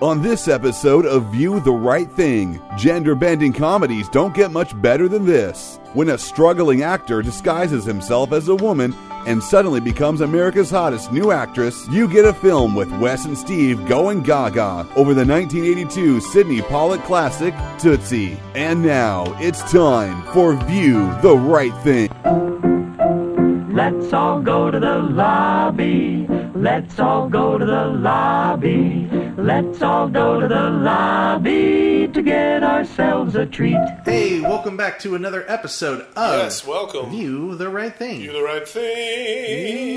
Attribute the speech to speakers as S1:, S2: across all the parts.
S1: On this episode of View the Right Thing, gender bending comedies don't get much better than this. When a struggling actor disguises himself as a woman and suddenly becomes America's hottest new actress, you get a film with Wes and Steve going gaga over the 1982 Sydney Pollack classic Tootsie. And now it's time for View the Right Thing.
S2: Let's all go to the lobby. Let's all go to the lobby. Let's all go to the lobby to get ourselves a treat.
S3: Hey, welcome back to another episode of
S4: Yes, welcome.
S3: View the Right Thing.
S4: Do the right thing.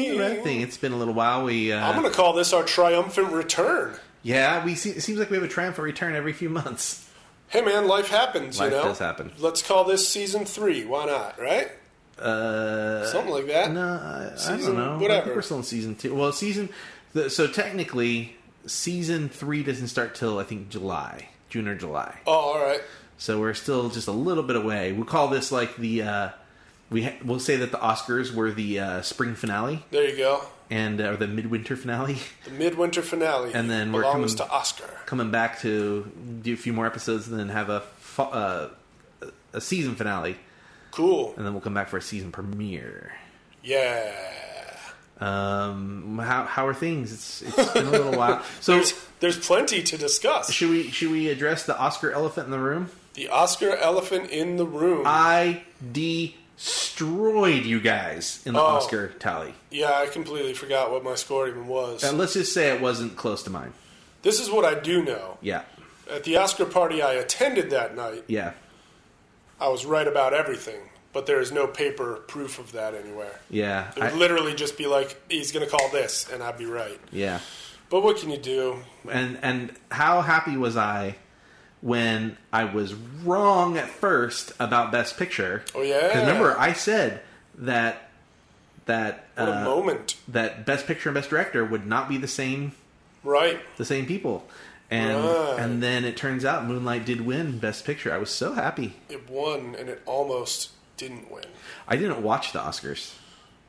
S3: View the Right Thing. It's been a little while. We uh,
S4: I'm going to call this our triumphant return.
S3: yeah, we see, it seems like we have a triumphant return every few months.
S4: Hey, man, life happens,
S3: Life
S4: you know?
S3: does happen.
S4: Let's call this season three. Why not, right? Uh, Something like that.
S3: No, I, I
S4: Season-
S3: don't know. I
S4: whatever.
S3: think we're still in season two. Well, season the, so technically season three doesn't start till I think July, June or July.
S4: Oh, all right.
S3: So we're still just a little bit away. We call this like the uh, we ha- we'll say that the Oscars were the uh, spring finale
S4: There you go.
S3: and uh, or the midwinter finale.
S4: The midwinter finale.
S3: And then we're
S4: belongs
S3: coming-
S4: to Oscar.
S3: coming back to do a few more episodes and then have a fa- uh, a season finale,
S4: Cool.
S3: and then we'll come back for a season premiere.
S4: Yeah.
S3: Um, how how are things? It's it's been a little while. So
S4: There's, there's plenty to discuss.
S3: should we should we address the Oscar elephant in the room?
S4: The Oscar elephant in the room.
S3: I destroyed you guys in the
S4: Oh.
S3: Oscar tally.
S4: yeah, I completely forgot what my score even was.
S3: And let's just say it wasn't close to mine.
S4: this is what I do know.
S3: Yeah,
S4: At the Oscar party I attended that night,
S3: yeah,
S4: I was right about everything, but there is no paper proof of that anywhere.
S3: yeah,
S4: It would
S3: I-
S4: literally just be like, he's going to call this, and I'd be right.
S3: yeah.
S4: But what can you do?
S3: and and how happy was I when I was wrong at first about Best Picture?
S4: Oh, yeah.
S3: 'Cause remember I said that that
S4: What
S3: uh,
S4: a moment.
S3: that Best Picture and Best Director would not be the same
S4: Right.
S3: the same people, and
S4: Right.
S3: and then it turns out Moonlight did win Best Picture. I was so happy.
S4: It won, and it almost didn't win.
S3: I didn't watch the Oscars.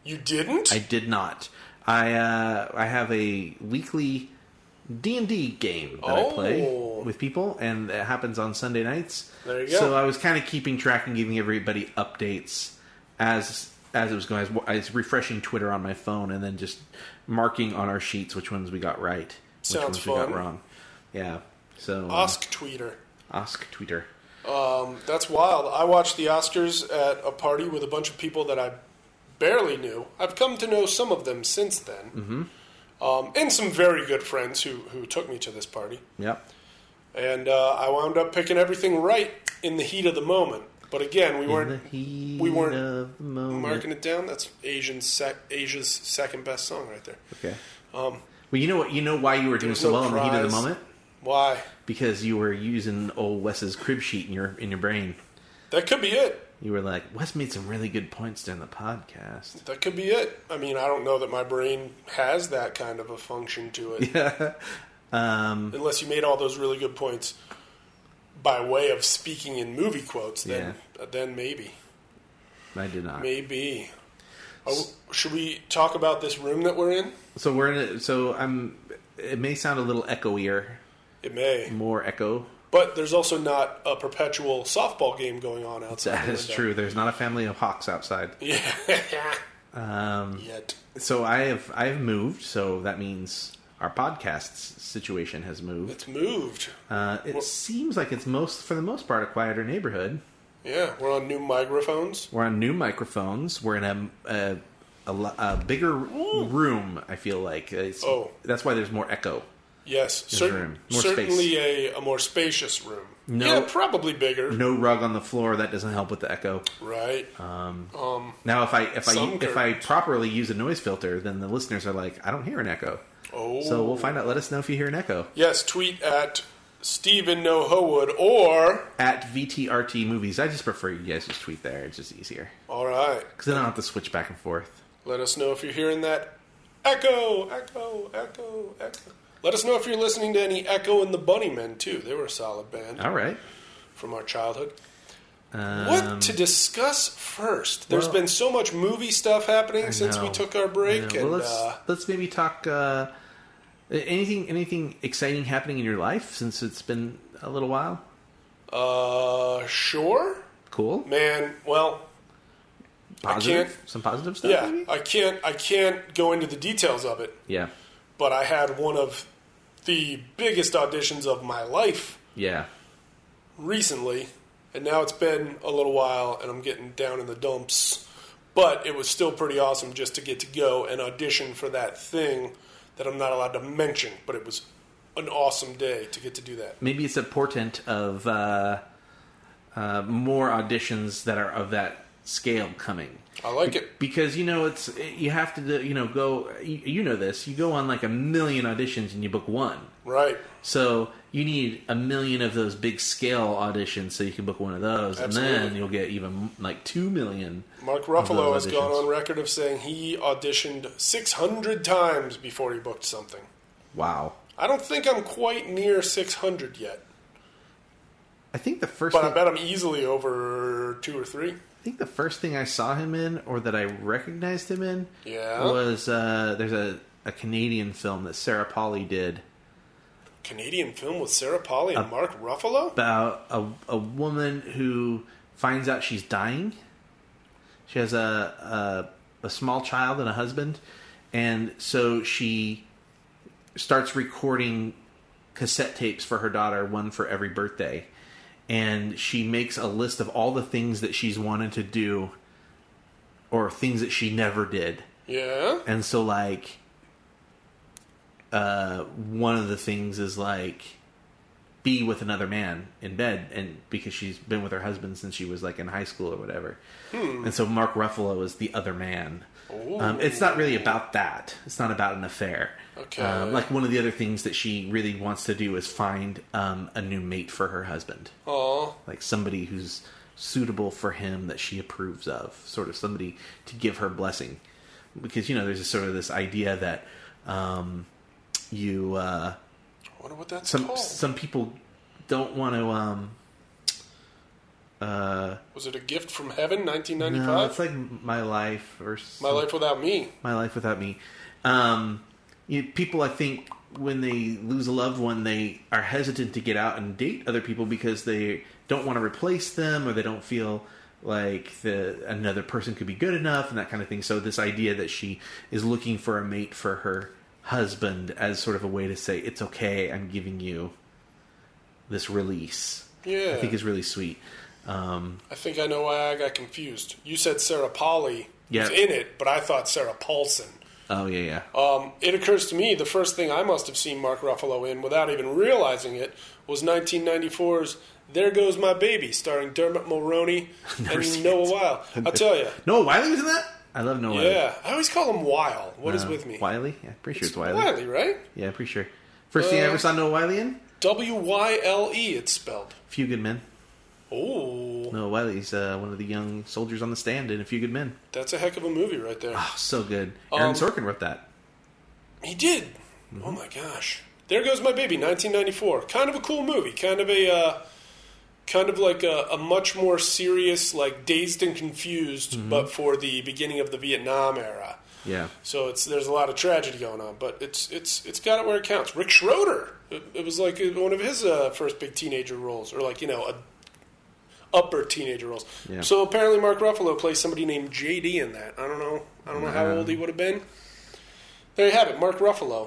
S4: You didn't?
S3: I did not. I uh, I have a weekly D and D game that I play
S4: Oh.
S3: with people, and it happens on Sunday nights.
S4: There you go.
S3: So I was kind of keeping track and giving everybody updates as as it was going. I was, I was refreshing Twitter on my phone and then just marking on our sheets which ones we got right, which
S4: Sounds
S3: ones we got
S4: fun.
S3: wrong. Yeah. So uh,
S4: Osc tweeter.
S3: ask Twitter.
S4: Um, that's wild. I watched the Oscars at a party with a bunch of people that I barely knew. I've come to know some of them since then. Mm-hmm. Um, and some very good friends who, who took me to this party.
S3: Yep.
S4: and uh, I wound up picking everything right in the heat of the moment. But again, we
S3: In the
S4: weren't
S3: heat
S4: we weren't
S3: of the moment.
S4: marking it down. That's Asian sec- Asia's second best song right there.
S3: Okay. well, you know what? You know why you were doing
S4: Um, was
S3: so
S4: no
S3: well in the heat of the
S4: prize.
S3: moment.
S4: Why?
S3: because you were using old Wes's crib sheet in your in your brain.
S4: That could be it.
S3: You were like, Wes made some really good points during the podcast.
S4: That could be it. I mean, I don't know that my brain has that kind of a function to it. Yeah. um, Unless you made all those really good points by way of speaking in movie quotes, then then maybe,
S3: I did not.
S4: maybe. Are w should we talk about this room that we're in?
S3: So we're in a, so I'm it may sound a little echoier,
S4: It may.
S3: more echo.
S4: But there's also not a perpetual softball game going on outside.
S3: That
S4: the
S3: is
S4: window.
S3: true. There's not a family of hawks outside.
S4: Yeah. Yet.
S3: So I have I have moved, so that means our podcast's situation has moved.
S4: It's moved.
S3: Uh, it seems like it's most for the most part a quieter neighborhood.
S4: yeah, we're on new microphones.
S3: We're on new microphones. We're in a a, a, lo- a bigger room. I feel like it's,
S4: Oh.
S3: that's why there's more echo.
S4: Yes,
S3: room.
S4: certain,
S3: More space.
S4: certainly a, a more spacious room.
S3: No-
S4: Yeah, probably bigger.
S3: No Uh, rug on the floor that doesn't help with the echo.
S4: Right.
S3: Now, if I if I
S4: Some
S3: if I
S4: curtains.
S3: properly use a noise filter, then the listeners are like, I don't hear an echo.
S4: oh.
S3: So we'll find out. Let us know if you hear an echo
S4: yes, tweet at Stephen No Howood or
S3: at VTRT movies. I just prefer you guys just tweet there. It's just easier
S4: all right.
S3: because then I don't have to switch back and forth.
S4: Let us know if you're hearing that echo, echo, echo, echo. Let us know if you're listening to any Echo and the Bunnymen too. They were a solid band.
S3: All right.
S4: from our childhood. what to discuss first? There's
S3: well-
S4: been so much movie stuff happening since
S3: No.
S4: we took our break,
S3: Yeah,
S4: and
S3: well, let's
S4: uh,
S3: let's maybe talk. Uh, Anything anything exciting happening in your life since it's been a little while?
S4: Uh, sure,
S3: Cool.
S4: man. Well,
S3: Positive.
S4: can't-
S3: Some positive stuff.
S4: yeah,
S3: maybe?
S4: I can't. I can't go into the details of it,
S3: Yeah.
S4: but I had one of the biggest auditions of my life
S3: Yeah.
S4: recently, and now it's been a little while, and I'm getting down in the dumps. But it was still pretty awesome just to get to go and audition for that thing that I'm not allowed to mention. But it was an awesome day to get to do that.
S3: Maybe it's a portent of uh, uh, more auditions that are of that scale coming.
S4: I like it.
S3: because you know it's you have to do- you know go you, you know this you go on like a million auditions and you book one
S4: Right.
S3: so you need a million of those big scale auditions so you can book one of those and then
S4: Absolutely.
S3: you'll get even like 2 million of
S4: Mark
S3: those
S4: Ruffalo has gone
S3: auditions.
S4: on record of saying he auditioned 600 times before he booked something.
S3: wow
S4: I don't think I'm quite near 600 yet,
S3: i think the first
S4: but
S3: thing,
S4: I bet I'm easily over two or three.
S3: I think the first thing i saw him in or that i recognized him in
S4: Yeah.
S3: was uh there's a a canadian film that sarah Pauly did
S4: Canadian film with Sarah Polly
S3: Uh,
S4: and Mark Ruffalo?
S3: about a, a woman who finds out she's dying. She has a, a a small child and a husband, and so she starts recording cassette tapes for her daughter, one for every birthday, and she makes a list of all the things that she's wanted to do, or things that she never did.
S4: Yeah.
S3: And so like uh one of the things is like be with another man in bed and because she's been with her husband since she was like in high school or whatever. And so Mark Ruffalo is the other man. Um, it's not really about that. It's not about an affair.
S4: Okay.
S3: Um, like one of the other things that she really wants to do is find um, a new mate for her husband
S4: Aw.
S3: like somebody who's suitable for him that she approves of, sort of somebody to give her blessing, because you know there's a sort of this idea that um, you uh,
S4: I wonder what that's
S3: some
S4: called.
S3: some people don't want to. Um,
S4: Was it A Gift from Heaven,
S3: no,
S4: 1995?
S3: it's like my life or
S4: My Life Without Me.
S3: my life without me. Um, you people, I think, when they lose a loved one, they are hesitant to get out and date other people because they don't want to replace them or they don't feel like the another person could be good enough and that kind of thing. So this idea that she is looking for a mate for her husband as sort of a way to say it's okay, I'm giving you this release.
S4: Yeah.
S3: I think is really sweet.
S4: I think I know why I got confused. You said Sarah Polly
S3: Yeah.
S4: was in it, but I thought Sarah Paulson.
S3: Oh yeah, yeah.
S4: Um, it occurs to me the first thing I must have seen Mark Ruffalo in without even realizing it was 1994's There Goes My Baby, starring Dermot Mulroney
S3: seen
S4: and Noah Weil. I'll tell you.
S3: Noah Wiley was in that. I love Noah. Wiley.
S4: Yeah, I always call him Weil. What is with me?
S3: Wiley. Yeah, pretty sure it's Wiley.
S4: Wiley, right?
S3: Yeah, pretty sure. First thing I
S4: Uh,
S3: ever saw Noah Wiley in?
S4: W Y L E, it's spelled.
S3: Few Good Men.
S4: Oh,
S3: Noah Wiley's uh, one of the young soldiers on the stand in A Few Good Men.
S4: that's a heck of a movie right there.
S3: Oh, so good. Aaron
S4: Um,
S3: Sorkin wrote that.
S4: He did. Oh my gosh. There goes my baby. 1994. Kind of a cool movie. Kind of a, uh, kind of like a, a much more serious, like dazed and confused, but for the beginning of the Vietnam era.
S3: Yeah.
S4: So it's there's a lot of tragedy going on, but it's it's it's got it where it counts. Rick Schroeder. It, it was like one of his uh, first big teenager roles, or like you know a upper teenager roles.
S3: Yeah.
S4: So apparently Mark Ruffalo plays somebody named JD in that. I don't know. I don't know how old he would have been. There you have it, Mark Ruffalo.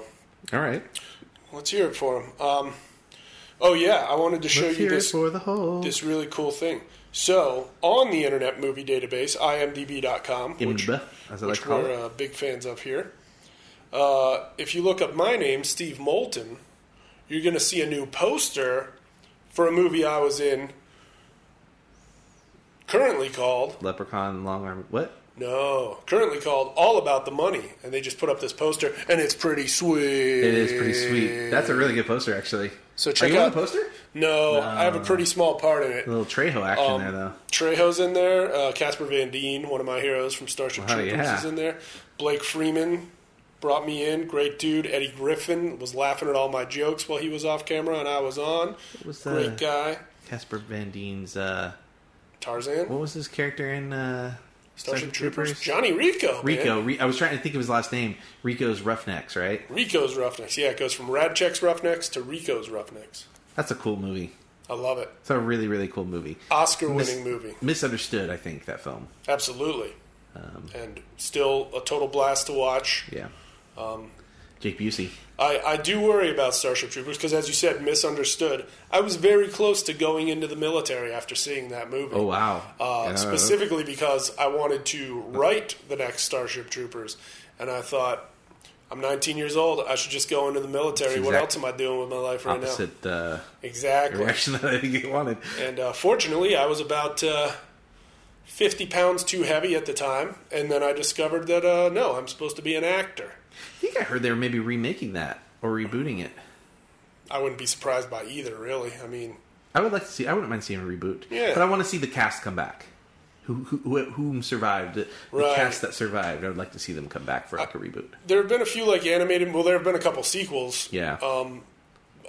S3: All right.
S4: Let's hear it for him. Um, oh yeah, I wanted to show
S3: Let's
S4: you
S3: hear it
S4: this
S3: for the whole.
S4: this really cool thing. So on the Internet Movie Database, IMDb.com, which,
S3: IMDb, as I like
S4: which
S3: to call
S4: we're
S3: it.
S4: uh, big fans of here. Uh, if you look up my name, Steve Moulton, you're going to see a new poster for a movie I was in, currently called
S3: Leprechaun, long arm. What?
S4: no, currently called All About the Money, and they just put up this poster, and it's pretty sweet.
S3: It is pretty sweet. That's a really good poster, actually.
S4: So
S3: Are
S4: check
S3: you on
S4: out-
S3: the poster?
S4: No, I have a pretty small part in it.
S3: A little Trejo action
S4: Um,
S3: there, though.
S4: Trejo's in there. Uh, Casper Van Dien, one of my heroes from Starship
S3: Wow,
S4: Troopers,
S3: yeah.
S4: is in there. Blake Freeman brought me in. Great dude. Eddie Griffin was laughing at all my jokes while he was off camera and I was on.
S3: was
S4: Great
S3: that?
S4: guy.
S3: Casper Van Dien's. Uh,
S4: Tarzan.
S3: what was his character in uh,
S4: Starship Troopers. Johnny Rico.
S3: Rico.
S4: man.
S3: Re- I was trying to think of his last name. Rico's Roughnecks, right?
S4: Rico's Roughnecks. Yeah, it goes from Radchek's Roughnecks to Rico's Roughnecks.
S3: That's a cool movie.
S4: I love it.
S3: It's a really, really cool movie.
S4: Oscar-winning movie.
S3: Misunderstood, I think, that film.
S4: Absolutely.
S3: Um,
S4: and still a total blast to watch.
S3: Yeah.
S4: Um,
S3: Jake Busey.
S4: I, I do worry about Starship Troopers because, as you said, misunderstood. I was very close to going into the military after seeing that movie.
S3: Oh, wow.
S4: Uh,
S3: Yeah.
S4: Specifically because I wanted to write the next Starship Troopers, and I thought, I'm 19 years old. I should just go into the military.
S3: It's
S4: What
S3: exact-
S4: else am I doing with my life right now?
S3: Opposite uh,
S4: Exactly.
S3: reaction that I think it wanted.
S4: And uh, fortunately, I was about uh, 50 pounds too heavy at the time, and then I discovered that uh, no, I'm supposed to be an actor.
S3: I think I heard they were maybe remaking that or rebooting it.
S4: I wouldn't be surprised by either, really. I mean,
S3: I would like to see. I wouldn't mind seeing a reboot.
S4: Yeah.
S3: But I want to see the cast come back. Who, who, who- whom survived? The, the
S4: Right.
S3: cast that survived. I would like to see them come back for like a reboot.
S4: there have been a few like animated. Well, there have been a couple sequels.
S3: Yeah.
S4: Um,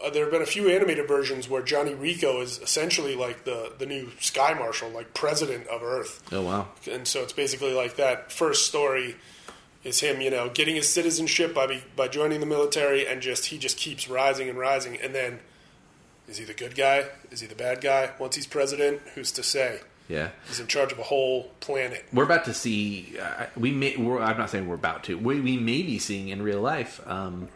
S4: uh, there have been a few animated versions where Johnny Rico is essentially like the the new Sky Marshal, like president of Earth.
S3: oh wow.
S4: and so it's basically like that first story is him, you know, getting his citizenship by be, by joining the military, and just he just keeps rising and rising, and then is he the good guy? Is he the bad guy? Once he's president, who's to say?
S3: Yeah.
S4: He's in charge of a whole planet.
S3: We're about to see. Uh, we may. We're, I'm not saying we're about to. We, we may be seeing in real life um,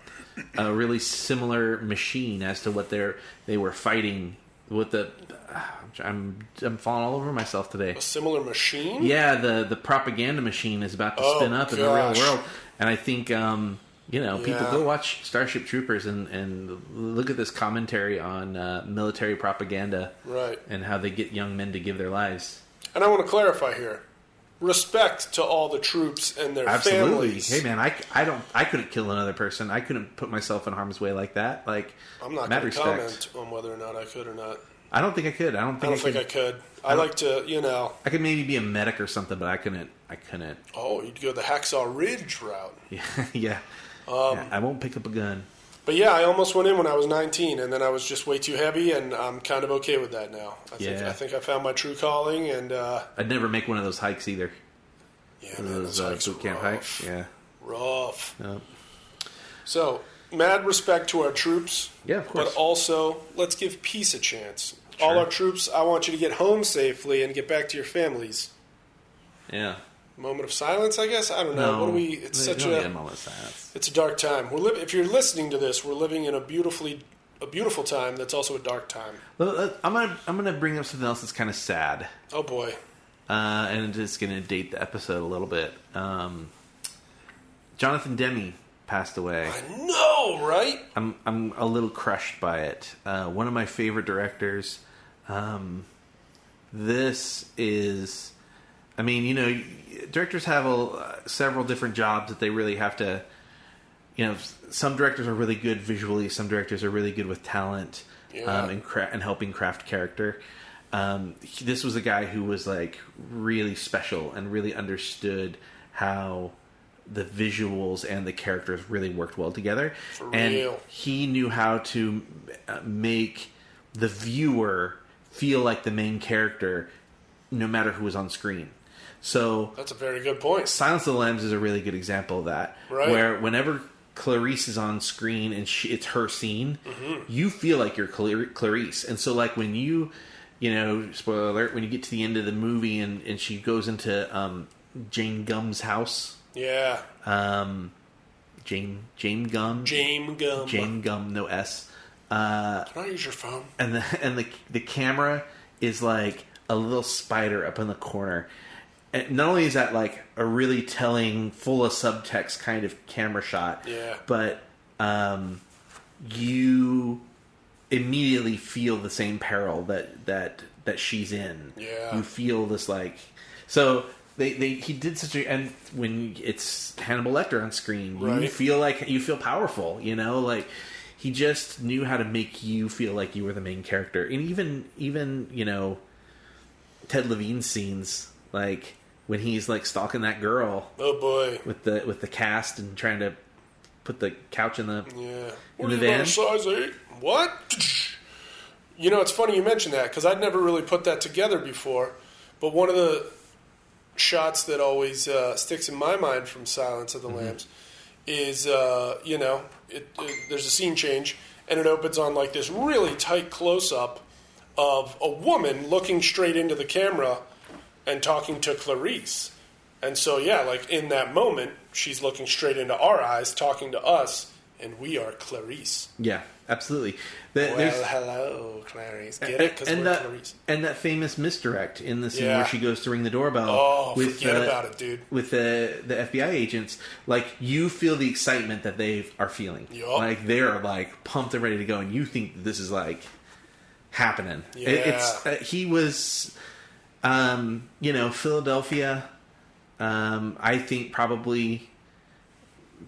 S3: a really similar machine as to what they're they were fighting with the. uh, I'm I'm falling all over myself today.
S4: A similar machine.
S3: Yeah, the the propaganda machine is about to
S4: Oh,
S3: spin up in the real
S4: gosh.
S3: world, and I think um, you know people
S4: Yeah.
S3: go watch Starship Troopers and and look at this commentary on uh, military propaganda,
S4: Right.
S3: and how they get young men to give their lives.
S4: And I want to clarify here: respect to all the troops and their
S3: Absolutely,
S4: families.
S3: hey man, I, I don't I couldn't kill another person. I couldn't put myself in harm's way like that. Like
S4: I'm not
S3: mad
S4: going to
S3: respect.
S4: comment on whether or not I could or not.
S3: I don't think I could. I don't
S4: I
S3: think I,
S4: don't think I
S3: could.
S4: could. I
S3: don't-
S4: like to, you know.
S3: I could maybe be a medic or something, but I couldn't. I couldn't.
S4: Oh, you'd go the Hacksaw Ridge route.
S3: Yeah, yeah.
S4: Um,
S3: Yeah, I won't pick up a gun.
S4: But yeah, I almost went in when I was 19, and then I was just way too heavy, and I'm kind of okay with that now. I think
S3: Yeah.
S4: I think I found my true calling, and uh,
S3: I'd never make one of those hikes either.
S4: yeah,
S3: One of
S4: man,
S3: those
S4: those
S3: uh,
S4: hikes
S3: boot
S4: are
S3: camp
S4: rough.
S3: hikes. Yeah.
S4: Rough.
S3: No.
S4: So, mad respect to our troops.
S3: Yeah, of course.
S4: But also, let's give peace a chance. All
S3: Sure.
S4: our troops, I want you to get home safely and get back to your families.
S3: Yeah. Um,
S4: Moment of silence, I guess. I don't know. Uh, What do we? It's
S3: They- they
S4: such
S3: don't
S4: a
S3: need moment of silence.
S4: it's a dark time. We're li- if you're listening to this, we're living in a beautifully a beautiful time that's also a dark time.
S3: Well, uh, I'm gonna I'm gonna bring up something else that's kind of sad,
S4: Oh boy.
S3: uh, and it's gonna date the episode a little bit. Um, Jonathan Demi passed away.
S4: I know, right?
S3: I'm I'm a little crushed by it. Uh, one of my favorite directors. Um, this is, I mean, you know, directors have a, several different jobs that they really have to. You know, some directors are really good visually. Some directors are really good with talent
S4: Yeah.
S3: um, and cra- and helping craft character. Um, he- this was a guy who was like really special and really understood how the visuals and the characters really worked well together.
S4: For
S3: and
S4: real.
S3: he knew how to uh, make the viewer feel like the main character, no matter who was on screen. So
S4: That's a very good point.
S3: Silence of the Lambs is a really good example of that.
S4: Right.
S3: Where whenever Clarice is on screen and she, it's her scene,
S4: Mm-hmm.
S3: you feel like you're Clar- Clarice. And so, like, when you, you know, spoiler alert, when you get to the end of the movie and, and she goes into um, Jane Gum's house,
S4: Yeah.
S3: um, Jane, Jane Gum?
S4: James Gum.
S3: Jane Gum, no S.
S4: Can I use your phone?
S3: and the and the the camera is like a little spider up in the corner. And not only is that like a really telling, full of subtext kind of camera shot,
S4: Yeah.
S3: but um, you immediately feel the same peril that that that she's in.
S4: Yeah.
S3: you feel this like so. They, they, he did such a and when it's Hannibal Lecter on screen, you
S4: Right.
S3: feel like you feel powerful you know like he just knew how to make you feel like you were the main character and even even you know ted levine scenes like when he's like stalking that girl
S4: Oh boy.
S3: with the with the cast and trying to put the couch in the
S4: Yeah.
S3: In the
S4: What are you about
S3: van?
S4: a size eight? What? You know, it's funny you mentioned that because I'd never really put that together before. But one of the shots that always uh, sticks in my mind from Silence of the
S3: Mm-hmm.
S4: Lambs is uh, you know it, it, there's a scene change and it opens on like this really tight close up of a woman looking straight into the camera and talking to Clarice. And so yeah, like in that moment, she's looking straight into our eyes, talking to us, and we are Clarice.
S3: Yeah, absolutely. The-
S4: Well,
S3: there's-
S4: hello, Clarice. Get it? Because we're
S3: and that
S4: Clarice.
S3: and that famous misdirect in the scene
S4: Yeah.
S3: where she goes to ring the doorbell.
S4: Oh,
S3: with
S4: forget
S3: the-
S4: about it, dude.
S3: With the the FBI agents, like you feel the excitement that they are feeling.
S4: Yup.
S3: Like they're like pumped and ready to go, and you think this is like happening. It- it's
S4: Yeah.
S3: uh, he was, um, you know, Philadelphia. Um, I think probably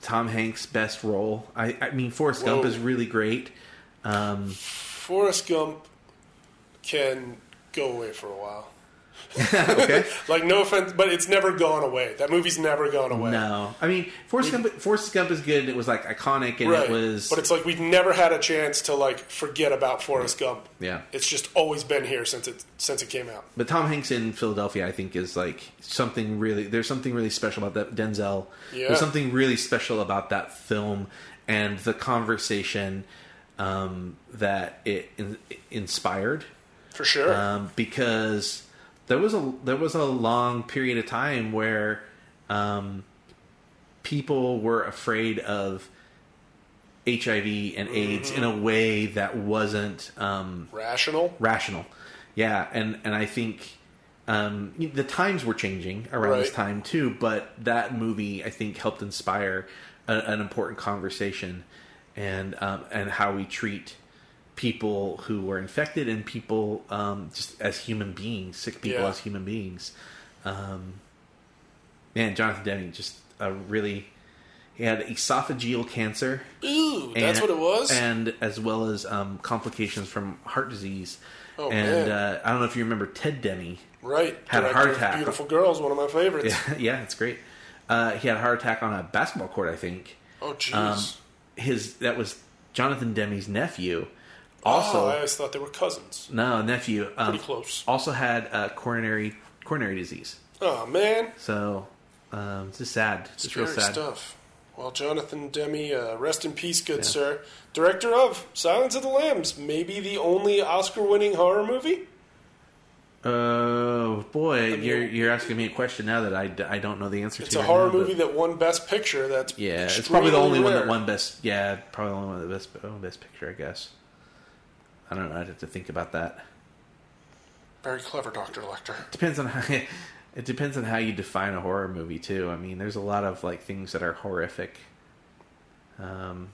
S3: Tom Hanks' best role. I, I mean, Forrest Gump
S4: Whoa.
S3: is really great. Um,
S4: Forrest Gump can go away for a while.
S3: okay.
S4: Like no offense, but it's never gone away. That movie's never gone away.
S3: No, I mean Forrest Gump. Forrest Gump is good. and It was like iconic, and
S4: Right.
S3: it was
S4: But it's like we've never had a chance to like forget about Forrest Gump.
S3: yeah.
S4: It's just always been here since it since it came out.
S3: But Tom Hanks in Philadelphia, I think, is like something really. There's something really special about that Denzel.
S4: Yeah.
S3: There's something really special about that film and the conversation um, that it, in, inspired.
S4: For sure.
S3: Um, because there was a there was a long period of time where um, people were afraid of HIV and AIDS in a way that wasn't um,
S4: Rational.
S3: rational. Yeah, and and I think um, the times were changing around this
S4: Right.
S3: time too. But that movie, I think, helped inspire a, an important conversation and um, and how we treat people who were infected and people um, just as human beings, sick people
S4: Yeah.
S3: as human beings. Um, man, Jonathan Demme just a really he had esophageal cancer
S4: Ooh, that's
S3: and-
S4: what it was.
S3: and as well as um, complications from heart disease.
S4: Oh,
S3: and
S4: man.
S3: uh, I don't know if you remember Ted Demi.
S4: right.
S3: had a
S4: Director
S3: heart
S4: of
S3: attack.
S4: Beautiful Girls, one of my favorites.
S3: Yeah, yeah, it's great. Uh, he had a heart attack on a basketball court, I think.
S4: Oh jeez.
S3: Um, his that was Jonathan Demi's nephew. Also,
S4: oh, I always thought they were cousins.
S3: no nephew. Um,
S4: Pretty close.
S3: Also had uh, coronary coronary disease.
S4: Oh man.
S3: So um, it's just sad. It's, real
S4: Scary
S3: sad.
S4: stuff. Well, Jonathan Demi, uh, rest in peace, good sir. Director of Silence of the Lambs, maybe the only Oscar-winning horror movie.
S3: Oh boy, you're you're asking me a question now that I, d- I don't know the answer
S4: It's
S3: to.
S4: a
S3: right
S4: horror
S3: now, but-
S4: movie that won Best Picture. That's
S3: Yeah, it's probably the only
S4: extremely
S3: one that
S4: rare.
S3: won best. Yeah, probably the only one that best oh, best picture, I guess. I don't know. I'd have to think about that.
S4: Very clever, Doctor Lecter.
S3: Depends on how. It depends on how you define a horror movie too. I mean, there's a lot of like things that are horrific. Um.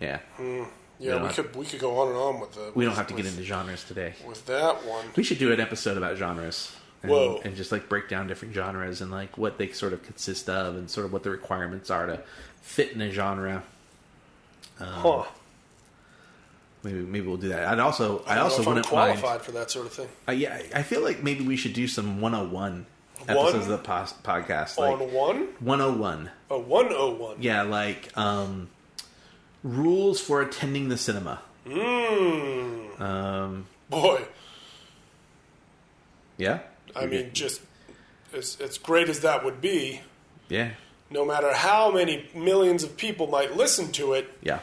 S3: Yeah,
S4: Yeah,
S3: Yeah.
S4: we could we could go on and on with the.
S3: we don't have to
S4: with-
S3: get into genres today.
S4: with that one.
S3: We should do an episode about genres. And,
S4: Whoa.
S3: And just like break down different genres and like what they sort of consist of and sort of what the requirements are to fit in a genre. Uh,
S4: Huh.
S3: Maybe maybe we'll do that. I'd also I,
S4: I,
S3: also
S4: also know if
S3: wouldn't
S4: I'm
S3: mind.
S4: qualified for that sort of thing.
S3: Uh, yeah, I- I feel like maybe we should do some 101
S4: One?
S3: episodes of the pos- podcast.
S4: on
S3: Like
S4: one,
S3: 101.
S4: a one oh one.
S3: Yeah, like um, rules for attending the cinema.
S4: Mmm.
S3: Um,
S4: Boy,
S3: yeah?
S4: I mean, just as as great as that would be,
S3: Yeah.
S4: no matter how many millions of people might listen to it,
S3: Yeah.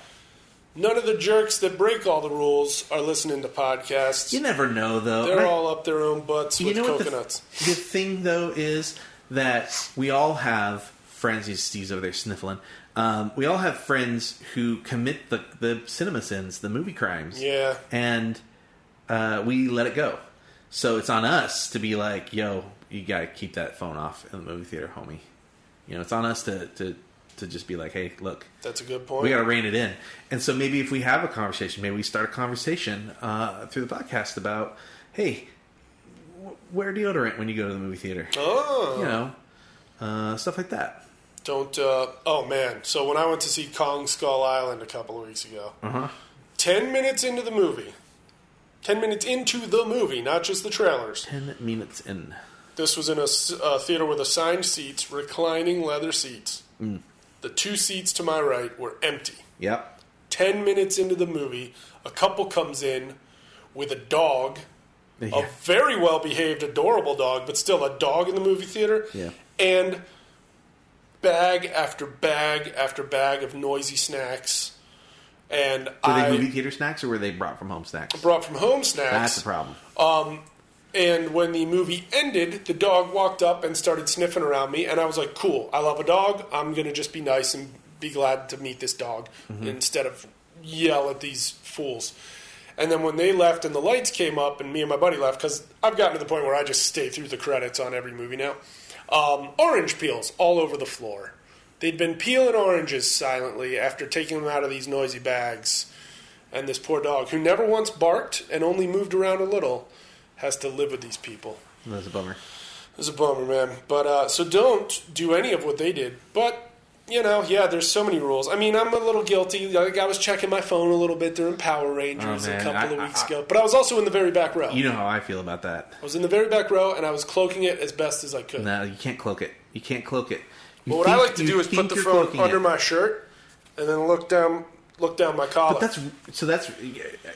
S4: none of the jerks that break all the rules are listening to podcasts.
S3: You never know, though.
S4: They're
S3: And I-
S4: all up their own butts
S3: you
S4: with
S3: know what the-
S4: coconuts.
S3: The, thing, though, is that we all have friends. You Steve's over there sniffling. Um, we all have friends who commit the, the cinema sins, the movie crimes.
S4: Yeah.
S3: and uh, we let it go. So it's on us to be like, yo, you gotta keep that phone off in the movie theater, homie. You know, it's on us to to to just be like, hey, look,
S4: That's a good point.
S3: we gotta rein it in. And so maybe if we have a conversation, maybe we start a conversation uh, through the podcast about, hey, w- wear deodorant when you go to the movie theater.
S4: Oh.
S3: You know, uh, stuff like that.
S4: Don't. Uh, oh man! So when I went to see Kong Skull Island a couple of weeks ago, ten minutes into the movie, ten minutes into the movie, not just the trailers.
S3: Ten minutes in.
S4: This was in a s- uh, theater with assigned seats, reclining leather seats. The two seats to my right were empty.
S3: Yep.
S4: Ten minutes into the movie, a couple comes in with a dog
S3: Yeah.
S4: a very well behaved, adorable dog, but still a dog in the movie theater.
S3: Yeah.
S4: And bag after bag after bag of noisy snacks. And
S3: Were they
S4: I
S3: movie theater snacks or were they brought from home snacks?
S4: brought from home snacks.
S3: That's the problem.
S4: And when the movie ended, the dog walked up and started sniffing around me, and I was like, "Cool, I love a dog. I'm gonna just be nice and be glad to meet this dog instead of yell at these fools." And then when they left and the lights came up, and me and my buddy left because I've gotten to the point where I just stay through the credits on every movie now. Um, orange peels all over the floor. They'd been peeling oranges silently after taking them out of these noisy bags. And this poor dog, who never once barked and only moved around a little, has to live with these people.
S3: That's a bummer.
S4: It's a bummer, man. But uh, so don't do any of what they did. But you know, yeah, there's so many rules. I mean, I'm a little guilty. Like I was checking my phone a little bit during Power Rangers
S3: Oh,
S4: a
S3: man.
S4: couple of
S3: I-
S4: weeks
S3: I-
S4: ago, but I was also in the very back row.
S3: You know how I feel about that.
S4: I was in the very back row, and I was cloaking it as best as I could.
S3: No, you can't cloak it. You can't cloak it. You
S4: But what I
S3: think-
S4: like to
S3: you
S4: do is
S3: think
S4: put the
S3: you're
S4: phone
S3: cloaking
S4: under
S3: it.
S4: my shirt, and then look down, look down my collar.
S3: But that's so. That's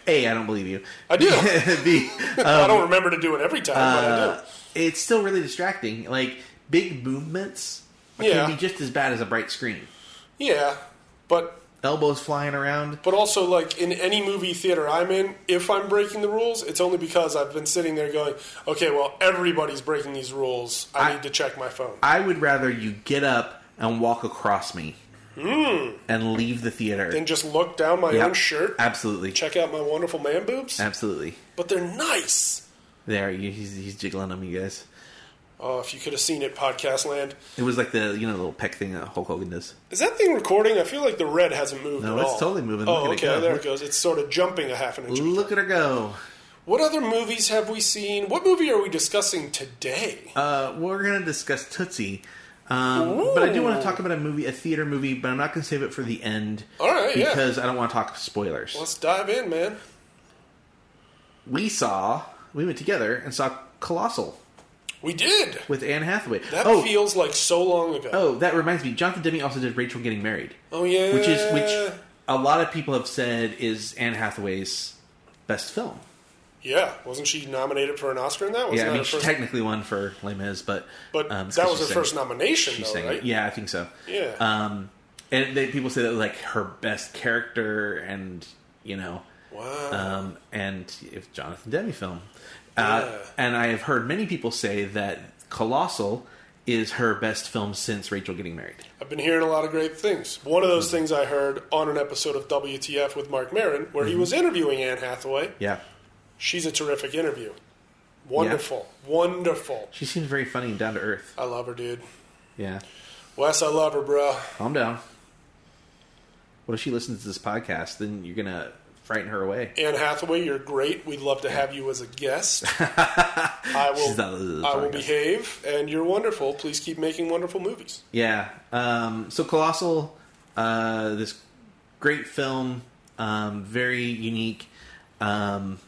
S3: a. I don't believe you.
S4: I do.
S3: B.
S4: I don't remember to do it every time, but I do.
S3: um, uh, it's still really distracting. Like big movements
S4: Yeah.
S3: can be just as bad as a bright screen.
S4: Yeah, but
S3: Elbows flying around.
S4: But also, like in any movie theater I'm in, if I'm breaking the rules, it's only because I've been sitting there going, "Okay, well, everybody's breaking these rules. I,
S3: I-
S4: need to check my phone."
S3: I would rather you get up and walk across me and leave the theater.
S4: Hmm. then just look down my
S3: Yep.
S4: own shirt,
S3: Absolutely.
S4: check out my wonderful man boobs.
S3: Absolutely.
S4: But they're nice.
S3: There, you, he's, he's jiggling them, you guys.
S4: Oh, if you could have seen it, podcast land.
S3: It was like the you know the little peck thing that Hulk Hogan does.
S4: Is that thing recording? I feel like the red hasn't moved
S3: No,
S4: at
S3: it's
S4: all.
S3: totally moving. Look
S4: Oh,
S3: at it
S4: okay,
S3: go.
S4: there
S3: Look-
S4: it goes. It's sort of jumping a half an inch.
S3: Look at her go.
S4: What other movies have we seen? What movie are we discussing today?
S3: Uh, we're going to discuss Tootsie. Um, but I do want to
S4: Ooh.
S3: talk about a movie, a theater movie, but I'm not going to save it for the end.
S4: All right, yeah.
S3: Because I don't want to talk spoilers.
S4: Let's dive in, man.
S3: we saw, we went together and saw Colossal
S4: We did.
S3: with Anne Hathaway.
S4: That
S3: oh,
S4: feels like so long ago.
S3: oh, that reminds me. Jonathan Demme also did Rachel Getting Married.
S4: Oh, yeah.
S3: Which is, which a lot of people have said is Anne Hathaway's best film.
S4: Yeah, wasn't she nominated for an Oscar in that? Wasn't
S3: yeah, I
S4: that
S3: mean,
S4: her
S3: she
S4: first?
S3: technically won for Les Mis, but.
S4: but
S3: um, it's
S4: that
S3: 'cause
S4: was
S3: she
S4: her
S3: sang-
S4: first nomination,
S3: She
S4: though,
S3: sang it.
S4: right?
S3: Yeah, I think so.
S4: Yeah.
S3: Um, and they, people say that was like her best character, and you know,
S4: Wow.
S3: um, and if Jonathan Demme film, uh,
S4: Yeah.
S3: and I have heard many people say that Colossal is her best film since Rachel Getting Married.
S4: I've been hearing a lot of great things. One of those things I heard on an episode of WTF with Mark Marin, where he was interviewing Anne Hathaway.
S3: Mm-hmm. Yeah,
S4: She's a terrific interview. Wonderful, wonderful.
S3: she seems very funny and down to earth.
S4: I love her, dude.
S3: Yeah,
S4: Wes, I love her, bro.
S3: calm down. What if she listens to this podcast? Then you're gonna frighten her away.
S4: Anne Hathaway, you're great. We'd love to have you as a guest. I
S3: She's not listening
S4: will,
S3: to the
S4: I will
S3: podcast.
S4: behave, and you're wonderful. Please keep making wonderful movies.
S3: Yeah. Um, so Colossal, uh, this great film, um, very unique. Um,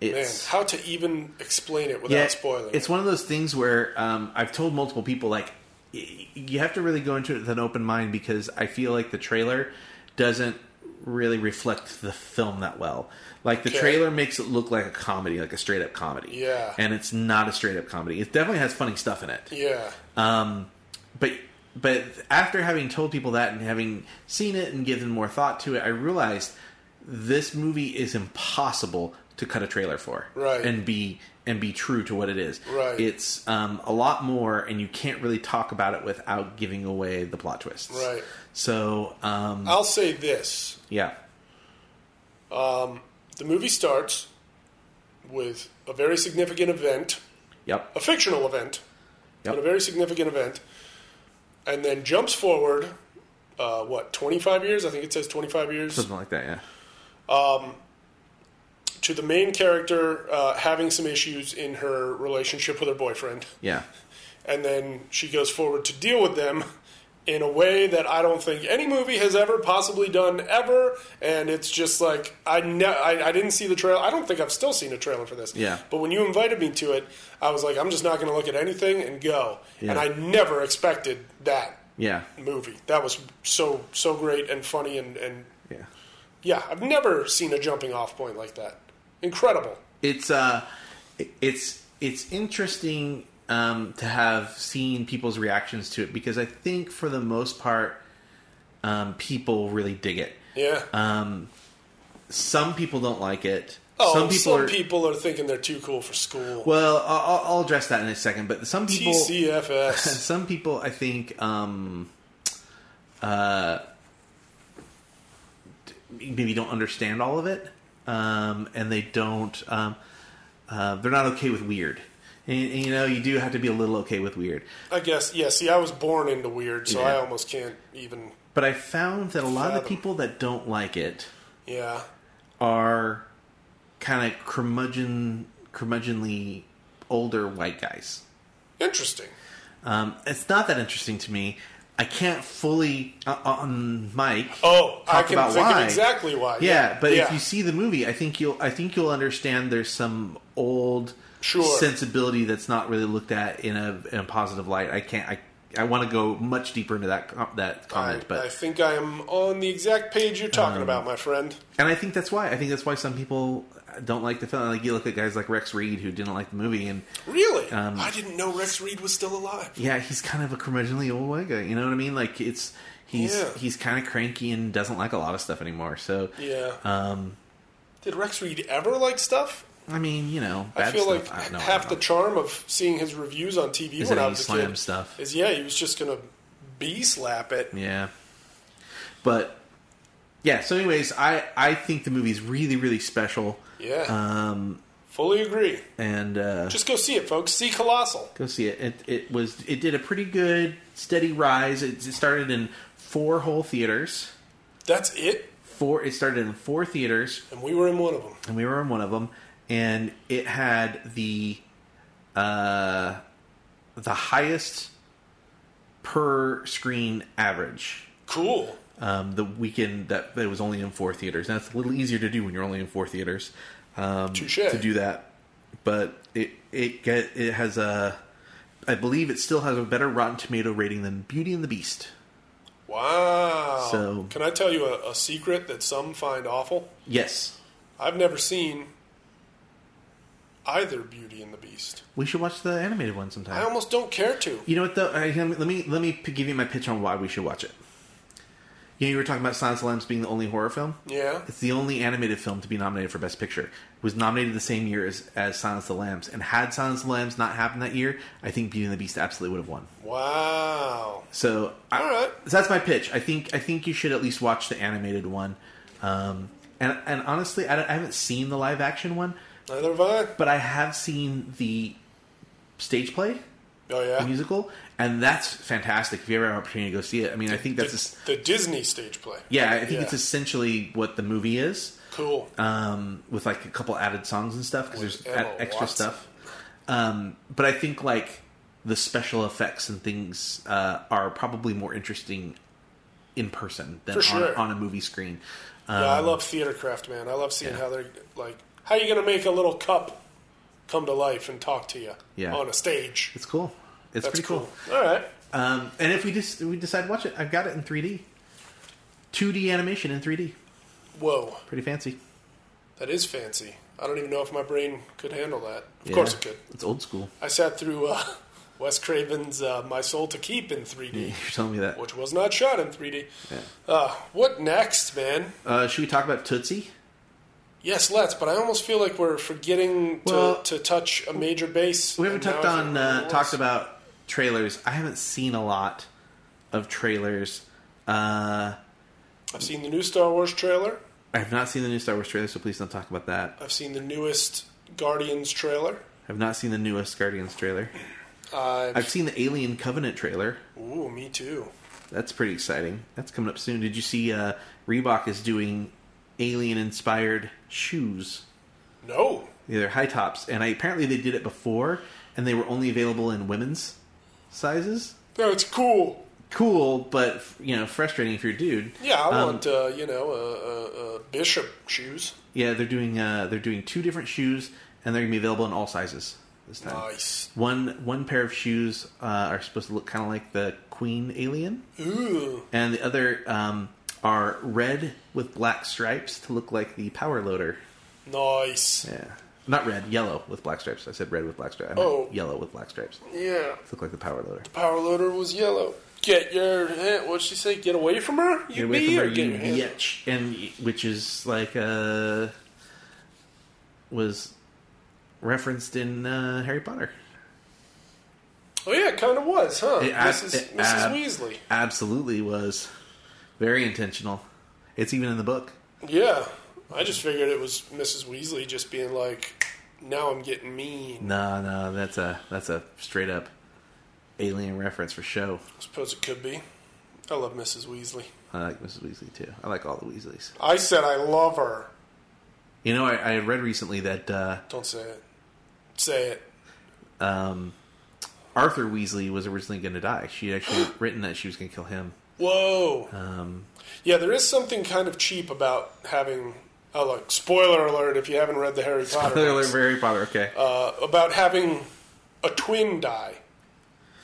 S4: Man,
S3: it's
S4: how to even explain it without
S3: yeah,
S4: spoiling?
S3: it's
S4: it.
S3: one of those things where um, I've told multiple people like y- you have to really go into it with an open mind because I feel like the trailer doesn't really reflect the film that well. Like the
S4: Okay.
S3: trailer makes it look like a comedy, like a straight up comedy.
S4: Yeah.
S3: And it's not a straight up comedy. It definitely has funny stuff in it.
S4: Yeah,
S3: Um, but but after having told people that and having seen it and given more thought to it, I realized this movie is impossible to cut a trailer for,
S4: Right.
S3: And be and be true to what it is.
S4: Right.
S3: It's um, a lot more, and you can't really talk about it without giving away the plot twists.
S4: Right.
S3: So um,
S4: I'll say this:
S3: yeah,
S4: the movie starts with a very significant event,
S3: yep,
S4: a fictional event,
S3: Yep.
S4: but a very significant event, and then jumps forward. Uh, what twenty five years? I think it says twenty five years
S3: something like that. Yeah.
S4: to the main character uh, having some issues in her relationship with her boyfriend.
S3: Yeah.
S4: and then she goes forward to deal with them in a way that I don't think any movie has ever possibly done ever. And it's just like I ne- I, I didn't see the trailer. I don't think I've still seen a trailer for this.
S3: Yeah.
S4: But when you invited me to it, I was like, I'm just not going to look at anything and go. And
S3: Yeah.
S4: I never expected that
S3: Yeah.
S4: movie. That was so so great and funny and and
S3: Yeah.
S4: yeah, I've never seen a jumping off point like that. Incredible.
S3: It's uh it's it's interesting um, to have seen people's reactions to it because I think for the most part, um, people really dig it.
S4: Yeah.
S3: Um, some people don't like it.
S4: oh,
S3: some people are
S4: thinking they're too cool for school.
S3: well. I'll, I'll- I'll address that in a second. But some people,
S4: TCFS.
S3: some people, I think, um, uh, maybe don't understand all of it, um, and they don't. Um, uh, they're not okay with weird, and, and, you know you do have to be a little okay with weird.
S4: I guess. Yeah. See, I was born into weird, so
S3: Yeah.
S4: I almost can't even.
S3: But I found that a lot of the
S4: Fathom.
S3: people that don't like it
S4: Yeah.
S3: are kind of curmudgeon, curmudgeonly older white guys.
S4: Interesting.
S3: Um, it's not that interesting to me. I can't fully uh, on mic.
S4: Oh, I
S3: talk
S4: can
S3: about
S4: think
S3: why.
S4: of exactly why.
S3: Yeah, but if
S4: yeah.
S3: you see the movie, I think you'll I think you'll understand there's some old
S4: Sure.
S3: sensibility that's not really looked at in a, in a positive light. I can't. I I want to go much deeper into that com- that
S4: I,
S3: comment, but Um,
S4: I think I am on the exact page you're talking about, my friend.
S3: and I think that's why I think that's why some people don't like the film. Like you look at guys like Rex Reed who didn't like the movie, and
S4: Really?
S3: um,
S4: I didn't know Rex Reed was still alive.
S3: yeah, he's kind of a curmudgeonly old white guy. You know what I mean? Like it's he's
S4: Yeah.
S3: he's kind of cranky and doesn't like a lot of stuff anymore. So
S4: Yeah.
S3: um,
S4: Did Rex Reed ever like stuff?
S3: I mean, you know,
S4: I
S3: bad
S4: feel
S3: stuff,
S4: like
S3: I don't know, I
S4: half
S3: don't
S4: the
S3: know.
S4: charm of seeing his reviews on TV
S3: Is
S4: when
S3: that
S4: I
S3: he
S4: was a
S3: slam
S4: kid
S3: stuff?
S4: is yeah, he was just gonna bee slap it.
S3: Yeah. But yeah, so anyways, I I think the movie's really really special
S4: Yeah.
S3: Um,
S4: Fully agree.
S3: and uh
S4: Just go see it, folks. See Colossal.
S3: go see it. It it was it did a pretty good steady rise. It, it started in four whole theaters.
S4: That's it.
S3: Four it started in four theaters
S4: And we were in one of them.
S3: and we were in one of them and it had the uh the highest per screen average
S4: Cool.
S3: um, the weekend that that it was only in four theaters. Now it's a little easier to do when you're only in four theaters um,
S4: Touche.
S3: to do that, but it it get it has a I believe it still has a better Rotten Tomato rating than Beauty and the Beast.
S4: Wow.
S3: So-
S4: can I tell you a, a secret that some find awful?
S3: Yes,
S4: I've never seen either Beauty and the Beast.
S3: we should watch the animated one sometime.
S4: I almost don't care to.
S3: You know what though? I, let me let me p- give you my pitch on why we should watch it. You know, you were talking about Silence of the Lambs being the only horror film.
S4: Yeah.
S3: It's the only animated film to be nominated for Best Picture. It was nominated the same year as, as Silence of the Lambs, and had Silence of the Lambs not happened that year, I think Beauty and the Beast absolutely would have won.
S4: Wow.
S3: So, I,
S4: All right.
S3: so that's my pitch. I think I think you should at least watch the animated one. Um, and and honestly, I, don't- I haven't seen the live action one,
S4: Neither have I.
S3: but I have seen the stage play
S4: Oh yeah.
S3: the musical, and that's fantastic. If you ever have an opportunity to go see it, I mean, I think that's
S4: the, the Disney stage play.
S3: yeah, I think
S4: Yeah.
S3: it's essentially what the movie is.
S4: Cool.
S3: um, with like a couple added songs and stuff because there's
S4: With
S3: a-
S4: Emma
S3: extra
S4: Watson.
S3: stuff. Um, but I think like the special effects and things uh, are probably more interesting in person than
S4: For sure.
S3: on, on a movie screen. Um,
S4: yeah, I love theater craft, man. I love seeing
S3: yeah.
S4: how they're like. How you gonna make a little cup come to life and talk to you
S3: Yeah.
S4: on a stage?
S3: it's cool. It's
S4: That's
S3: pretty cool.
S4: cool. All right.
S3: Um, and if we just we decide to watch it, I've got it in 3D, 2D animation in 3D.
S4: Whoa,
S3: Pretty fancy.
S4: that is fancy. I don't even know if my brain could handle that. Of
S3: Yeah.
S4: course it could.
S3: It's old school.
S4: I sat through uh, Wes Craven's uh, My Soul to Keep in 3D,
S3: You're telling me that.
S4: which was not shot in 3D. Uh, what next, man?
S3: Uh, should we talk about Tootsie?
S4: Yes, let's. But I almost feel like we're forgetting to,
S3: Well-
S4: to touch a major base.
S3: We haven't
S4: and now
S3: talked
S4: I think
S3: on
S4: we're
S3: uh,
S4: lost.
S3: talked about trailers. I haven't seen a lot of trailers. Uh,
S4: I've seen the new Star Wars trailer.
S3: I have not seen the new Star Wars trailer, so please don't talk about that.
S4: I've seen the newest Guardians trailer.
S3: I've not seen the newest Guardians trailer.
S4: I've,
S3: I've seen the Alien Covenant trailer.
S4: ooh, me too.
S3: That's pretty exciting. That's coming up soon. Did you see uh, Reebok is doing alien inspired shoes?
S4: No,
S3: Yeah, they're high tops, and I, apparently they did it before, and they were only available in women's sizes.
S4: that's cool.
S3: Cool, but you know, frustrating if you're a dude.
S4: Yeah, I
S3: Um,
S4: want uh, you know uh, uh, uh, Bishop shoes.
S3: Yeah, they're doing uh, they're doing two different shoes, and they're gonna be available in all sizes this time.
S4: Nice.
S3: One one pair of shoes uh, are supposed to look kind of like the Queen alien,
S4: Ooh,
S3: and the other um, are red with black stripes to look like the Power Loader.
S4: nice.
S3: Yeah, Not red, yellow with black stripes. I said red with black stripes. I meant
S4: Oh.
S3: yellow with black stripes.
S4: Yeah.
S3: Look like the power loader.
S4: Power loader was yellow. Get your hand. What'd she say? Get away from her? You
S3: Get away
S4: be
S3: from
S4: or
S3: her,
S4: get
S3: you
S4: your hand?
S3: bitch. And which is like uh was referenced in uh, Harry Potter.
S4: Oh yeah, it kind of was, huh?
S3: It ab-
S4: Mrs.
S3: it
S4: Mrs.
S3: ab-
S4: Weasley.
S3: Absolutely was very intentional. It's even in the book.
S4: Yeah, I just figured it was Mrs. Weasley just being like, "Now I'm getting mean."
S3: No, no, that's a that's a straight up alien reference for show.
S4: I suppose it could be. I love Mrs. Weasley.
S3: I like Mrs. Weasley too. I like all the Weasleys.
S4: I said I love her.
S3: You know, I, I read recently that uh,
S4: Don't say it. Say it.
S3: Arthur Weasley was originally going to die. She had actually written that she was going to kill him.
S4: Whoa.
S3: Um,
S4: yeah, there is something kind of cheap about having. Oh, look! Spoiler alert! If you haven't read the Harry Potter, books.
S3: Harry Potter. Okay.
S4: uh, about having a twin die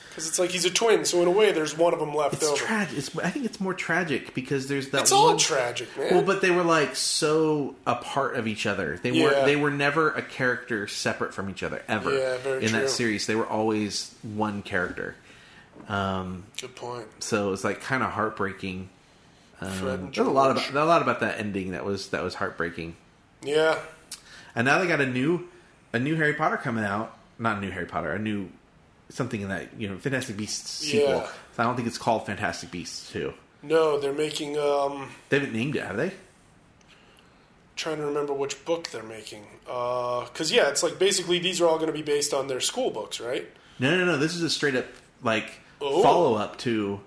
S4: because it's like he's a twin, so in a way, there's one of them left
S3: it's
S4: over.
S3: tragic. It's, I think it's more tragic because there's that.
S4: it's all
S3: one-
S4: tragic, man.
S3: Well, but they were like so a part of each other. They
S4: Yeah.
S3: were they were never a character separate from each other ever.
S4: Yeah, very
S3: in
S4: true.
S3: that series, they were always one character.
S4: Good point.
S3: So it's like kind of heartbreaking.
S4: Fred and
S3: um, There's a lot
S4: George.
S3: about a lot about that ending that was that was heartbreaking.
S4: yeah.
S3: And now they got a new a new Harry Potter coming out. Not a new Harry Potter, a new something in that you know Fantastic Beasts sequel.
S4: Yeah.
S3: So I don't think it's called Fantastic Beasts two.
S4: No, they're making. Um,
S3: They haven't named it, have they?
S4: trying to remember which book they're making. Because yeah, it's like basically these are all going to be based on their school books, right?
S3: No, no, no. This is a straight up like
S4: Oh.
S3: follow up to.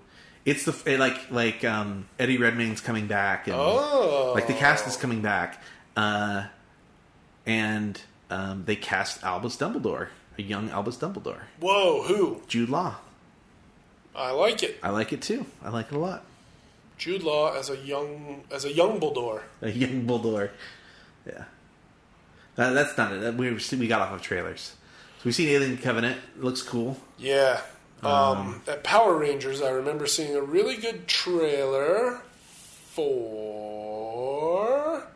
S3: It's the it, like like um, Eddie Redmayne's coming back and
S4: Oh,
S3: like the cast is coming back, uh, and um, they cast Albus Dumbledore, a young Albus Dumbledore,
S4: whoa, who?
S3: Jude Law.
S4: I like it.
S3: I like it too. I like it a lot.
S4: Jude Law as a young as a young Baldor.
S3: A young Bulldor. Yeah. Uh, that's not it. We, we got off of trailers. So we've seen Alien Covenant. It looks cool.
S4: Yeah. Um, at Power Rangers, I remember seeing a really good trailer for.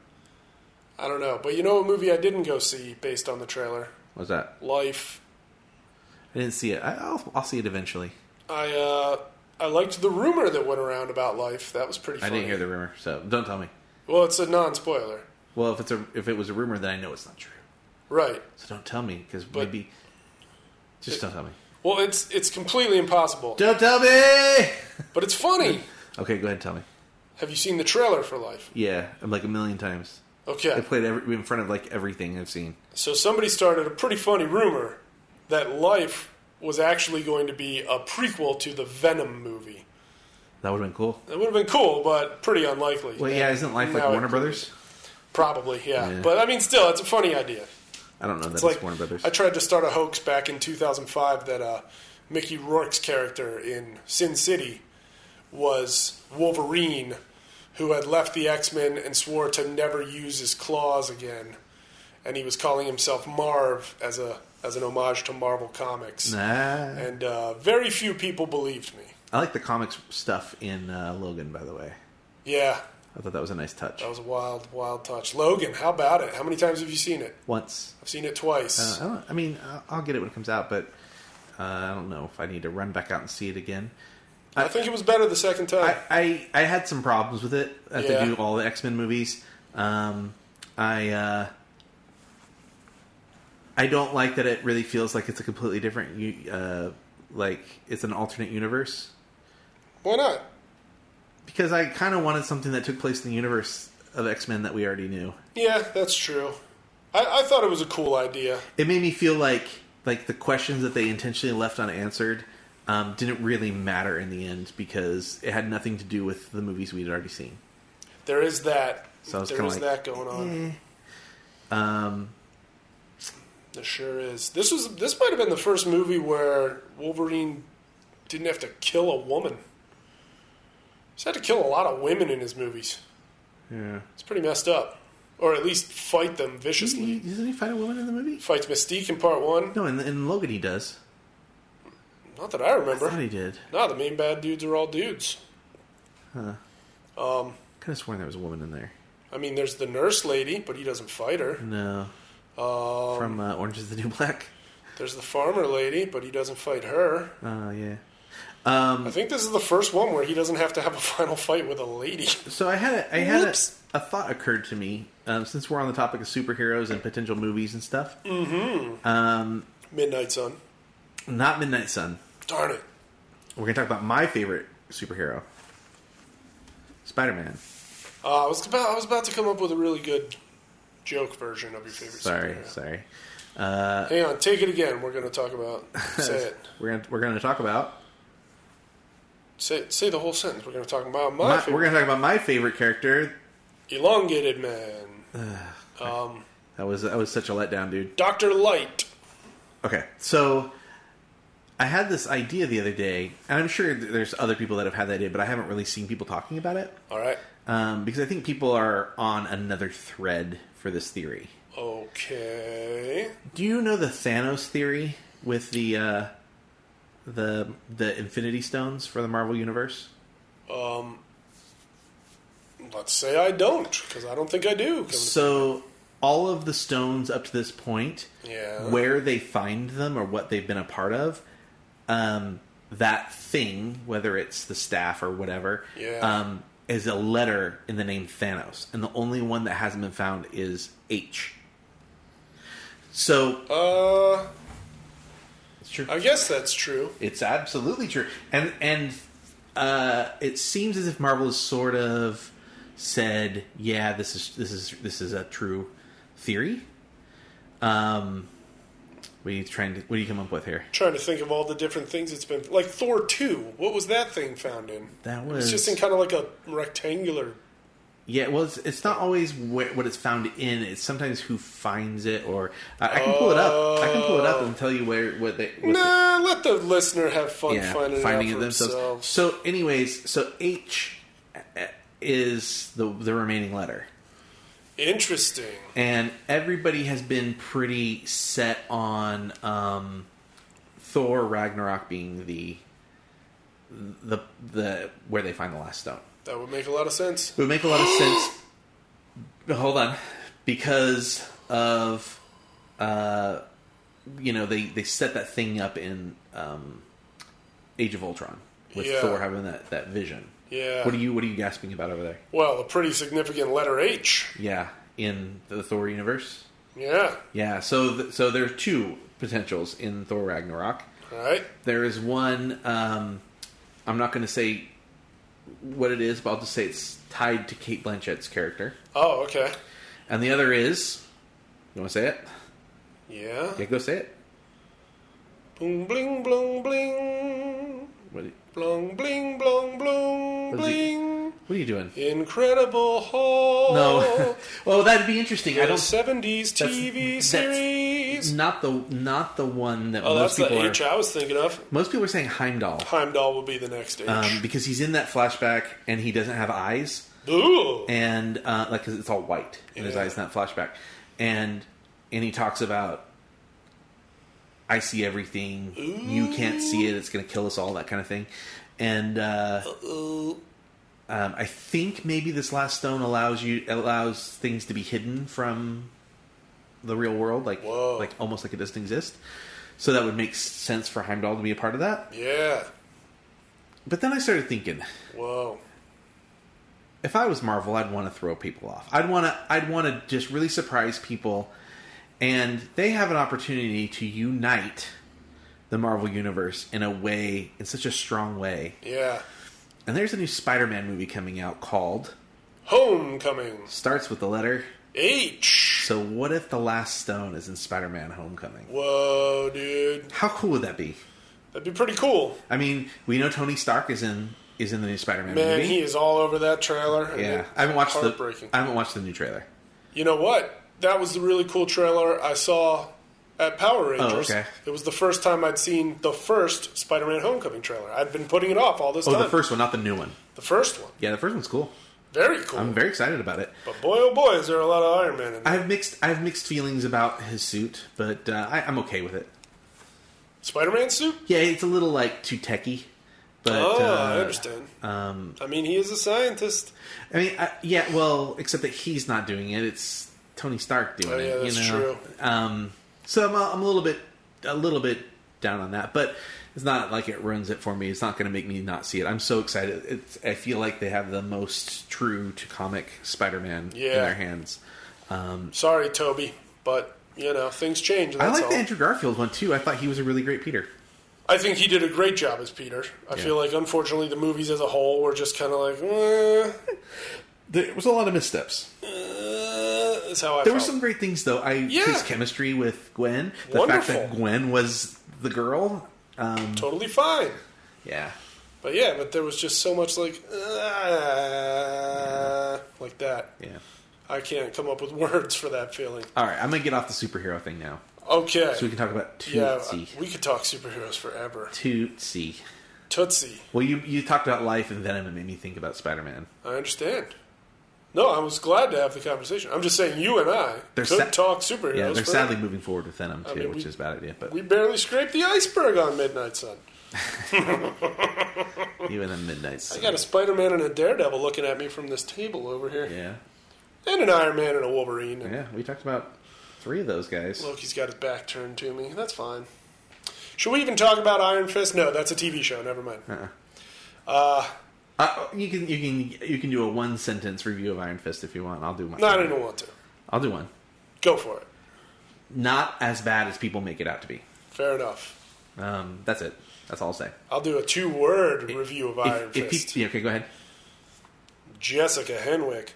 S4: I don't know. But you know a movie I didn't go see based on the trailer?
S3: What's that?
S4: Life.
S3: I didn't see it. I, I'll, I'll see it eventually.
S4: I, uh, I liked the rumor that went around about Life. That was pretty
S3: I
S4: funny.
S3: didn't hear the rumor, so don't tell me.
S4: Well, it's a non spoiler.
S3: Well, if it's a if it was a rumor, then I know it's not true.
S4: Right.
S3: So don't tell me because maybe just don't tell me.
S4: Well, it's it's completely impossible.
S3: Don't tell me.
S4: But it's funny.
S3: Okay, go ahead and tell me.
S4: Have you seen the trailer for Life?
S3: Yeah, I'm like a million times. I
S4: Okay.
S3: played every, in front of like everything I've seen.
S4: So somebody started a pretty funny rumor that Life was actually going to be a prequel to the Venom movie.
S3: That would have been cool.
S4: That would have been cool, but pretty unlikely.
S3: Well, yeah, isn't life like
S4: Now it-
S3: Warner Brothers?
S4: Probably, yeah.
S3: Yeah.
S4: But I mean, still, it's a funny idea.
S3: I don't know that
S4: It's
S3: it's,
S4: like
S3: Warner Brothers.
S4: I tried to start a hoax back in 2005 that uh, Mickey Rourke's character in Sin City was Wolverine, who had left the X Men and swore to never use his claws again, and he was calling himself Marv as a as an homage to Marvel Comics.
S3: Nah.
S4: And uh, very few people believed me.
S3: I like the comics stuff in uh, Logan, by the way.
S4: Yeah,
S3: I thought that was a nice touch.
S4: that was a wild, wild touch. Logan, how about it? How many times have you seen it?
S3: Once,
S4: I've seen it twice.
S3: uh, I, don't, I mean, I- I'll get it when it comes out, but uh, I don't know if I need to run back out and see it again.
S4: I think it was better the second time.
S3: I, I, I had some problems with it. As
S4: Yeah.
S3: They do all the X Men movies. Um, I uh, I don't like that it really feels like it's a completely different, u- uh, like it's an alternate universe
S4: Why not?
S3: because I kind of wanted something that took place in the universe of X Men that we already knew.
S4: Yeah, that's true. I, I thought it was a cool idea.
S3: It made me feel like like the questions that they intentionally left unanswered um, didn't really matter in the end because it had nothing to do with the movies we'd already seen.
S4: There is that.
S3: So it's
S4: there
S3: kinda
S4: is
S3: like,
S4: that going on. There sure is. This was this might have been the first movie where Wolverine didn't have to kill a woman. He's had to kill a lot of women in his movies.
S3: Yeah.
S4: It's pretty messed up, or at least fight them viciously.
S3: Doesn't he fight a woman in the movie?
S4: Fights Mystique in part one.
S3: No, in, in Logan he does.
S4: Not that I remember.
S3: I thought he did.
S4: No, the main bad dudes are all dudes.
S3: Could have sworn there was a woman in there.
S4: I mean, there's the nurse lady, but he doesn't fight her.
S3: No.
S4: Um,
S3: from uh, Orange Is the New Black.
S4: there's the farmer lady, but he doesn't fight her.
S3: Oh yeah.
S4: I think this is the first one where he doesn't have to have a final fight with a lady.
S3: So I had a, I had a,
S4: Whoops.
S3: a thought occurred to me um, since we're on the topic of superheroes and potential movies and stuff.
S4: Midnight Sun.
S3: Not Midnight Sun.
S4: Darn it.
S3: We're gonna talk about my favorite superhero, Spider Man.
S4: Uh, I was about I was about to come up with a really good joke version of your favorite.
S3: Sorry,
S4: superhero.
S3: sorry.
S4: Hang on, take it again. We're going to talk about. Say it.
S3: We're gonna we're gonna talk about
S4: Say say the whole sentence. We're going to talk about my,
S3: my, we're
S4: favorite
S3: gonna talk about my favorite character.
S4: elongated man,
S3: That was that was such a letdown, dude.
S4: Doctor Light.
S3: Okay, so I had this idea the other day, and I'm sure th- there's other people that have had that idea, but I haven't really seen people talking about it
S4: All right.
S3: um, because I think people are on another thread for this theory.
S4: Okay.
S3: Do you know the Thanos theory with the uh, the the Infinity Stones for the Marvel Universe?
S4: Let's say I don't, because I don't think I do. 'Cause-
S3: So all of the stones up to this point,
S4: Yeah.
S3: where they find them or what they've been a part of, um, that thing, whether it's the staff or whatever,
S4: Yeah.
S3: um, is a letter in the name Thanos, and the only one that hasn't been found is H. So
S4: Uh,
S3: it's true.
S4: I guess that's true.
S3: It's absolutely true, and and uh, it seems as if Marvel has sort of said, "Yeah, this is this is this is a true theory." Um, what are you trying to? What do you come up with here?
S4: Trying to think of all the different things it's been like Thor two. What was that thing found in?
S3: That
S4: It's
S3: was
S4: just in kind of like a rectangular.
S3: yeah. Well, it's, it's not always where, what it's found in. It's sometimes who finds it, or I, I can pull it up. I can pull it up and tell you where what they. What the-
S4: Nah, let the listener have fun finding, it, out for
S3: themselves.
S4: themselves.
S3: So, anyways, so H uh, is the the remaining letter.
S4: Interesting.
S3: and everybody has been pretty set on um, Thor Ragnarok being the the the where they find the last stone.
S4: That would make a lot of sense.
S3: It would make a lot of sense. Hold on, because of uh, you know they they set that thing up in um, Age of Ultron with
S4: Yeah.
S3: Thor having that that vision.
S4: Yeah.
S3: What are you What are you gasping about over there?
S4: Well, a pretty significant letter H.
S3: Yeah, in the Thor universe.
S4: Yeah.
S3: Yeah, so th- so there are two potentials in Thor Ragnarok.
S4: All right.
S3: There is one. Um, I'm not going to say what it is, but I'll just say it's tied to Kate Blanchett's character.
S4: Oh, okay.
S3: And the other is, you want to say it?
S4: Yeah.
S3: Yeah, go say it.
S4: Boom, bling, blong, bling.
S3: What are,
S4: Blong, bling, blong, blong,
S3: What is he-
S4: bling.
S3: what are you doing?
S4: Incredible Hulk. Oh.
S3: No. well, that'd be interesting. I
S4: The
S3: don't.
S4: 70s TV
S3: that's-
S4: series.
S3: Not the not the one that
S4: oh, that's
S3: most
S4: the
S3: people are.
S4: H I was thinking of.
S3: Most people are saying Heimdall
S4: Heimdall will be the next H.
S3: um, because he's in that flashback and he doesn't have eyes.
S4: Ooh.
S3: and uh, like 'cause it's all white and his
S4: Yeah.
S3: eyes in that flashback, and and he talks about I see everything, you can't see it, it's gonna kill us all, that kind of thing, and uh,
S4: Oh. Ooh.
S3: um, I think maybe this last stone allows you allows things to be hidden from the real world, like
S4: Whoa.
S3: like almost like it doesn't exist. So that would make sense for Heimdall to be a part of that.
S4: Yeah.
S3: But then I started thinking,
S4: Whoa.
S3: if I was Marvel, I'd want to throw people off. I'd want to I'd want to just really surprise people and they have an opportunity to unite the Marvel universe in a way in such a strong way.
S4: Yeah.
S3: And there's a new Spider-Man movie coming out called
S4: Homecoming.
S3: starts with the letter.
S4: H.
S3: So what if the last stone is in Spider-Man Homecoming?
S4: Whoa, dude.
S3: How cool would that be?
S4: That'd be pretty cool.
S3: I mean, we know Tony Stark is in is in the new Spider-Man
S4: Man,
S3: movie.
S4: he is all over that trailer. and
S3: yeah,
S4: it's
S3: I haven't watched the
S4: heartbreaking.
S3: I haven't watched the new trailer.
S4: You know what? That was the really cool trailer I saw at Power Rangers.
S3: Oh, okay.
S4: It was the first time I'd seen the first Spider-Man Homecoming trailer. I'd been putting it off all this
S3: Oh,
S4: time.
S3: the first one, not the new one.
S4: The first one.
S3: Yeah, the first one's cool.
S4: Very cool.
S3: I'm very excited about it.
S4: but boy, oh boy, is there a lot of Iron Man in
S3: I
S4: there.
S3: have mixed I have mixed feelings about his suit, but uh, I, I'm okay with it.
S4: Spider-Man suit?
S3: Yeah, it's a little like too techy, but
S4: oh,
S3: uh, um,
S4: I understand. I mean, he is a scientist.
S3: I mean, I, yeah, well, except that he's not doing it. It's Tony Stark doing
S4: Oh, yeah,
S3: it.
S4: that's
S3: you know?
S4: true.
S3: Um, so I'm a, I'm a little bit a little bit down on that, but it's not like it ruins it for me. It's not going to make me not see it. I'm so excited. It's, I feel like they have the most true to comic Spider-Man in
S4: Yeah.
S3: their hands.
S4: Sorry, Toby, but you know things change. That's
S3: I like
S4: all.
S3: the Andrew Garfield one too. I thought he was a really great Peter.
S4: I think he did a great job as Peter. I feel like unfortunately the movies as a whole were just kind of like, eh,
S3: There was a lot of missteps.
S4: uh, is how I
S3: There were
S4: felt.
S3: some great things though. I
S4: Yeah.
S3: his chemistry with Gwen, the fact that
S4: Wonderful.
S3: Gwen was the girl.
S4: totally fine.
S3: Yeah,
S4: But yeah, but there was just so much like, uh, like that.
S3: yeah.
S4: I can't come up with words for that feeling.
S3: All right, I'm gonna get off the superhero thing now,
S4: Okay.
S3: so we can talk about Tootsie.
S4: yeah, uh, we could talk superheroes forever.
S3: Tootsie.
S4: Tootsie,
S3: Well, you you talked about life and Venom, and made me think about Spider Man.
S4: I understand. No, I was glad to have the conversation. I'm just saying, you and I
S3: They're
S4: could
S3: sa-
S4: talk superheroes.
S3: Yeah, they're
S4: forever.
S3: sadly moving forward with Venom too,
S4: mean,
S3: which
S4: we-
S3: is a bad idea. But
S4: We barely scraped the iceberg on Midnight Sun.
S3: even in Midnight's,
S4: I got a Spider Man and a Daredevil looking at me from this table over here.
S3: yeah,
S4: And an Iron Man and a Wolverine. And
S3: yeah. We talked about three of those guys.
S4: Loki's got his back turned to me. That's fine. Should we even talk about Iron Fist? No, that's a TV show. Never mind.
S3: Uh-uh. Uh, you can you can you can do a one sentence review of Iron Fist if you want. I'll do one.
S4: No, I didn't want to.
S3: I'll do one.
S4: Go for it.
S3: Not as bad as people make it out to be.
S4: Fair enough.
S3: Um, that's it. That's all I'll say.
S4: I'll do a two word review of Iron
S3: If, if
S4: Fist.
S3: pe- yeah, okay, go ahead.
S4: Jessica Henwick.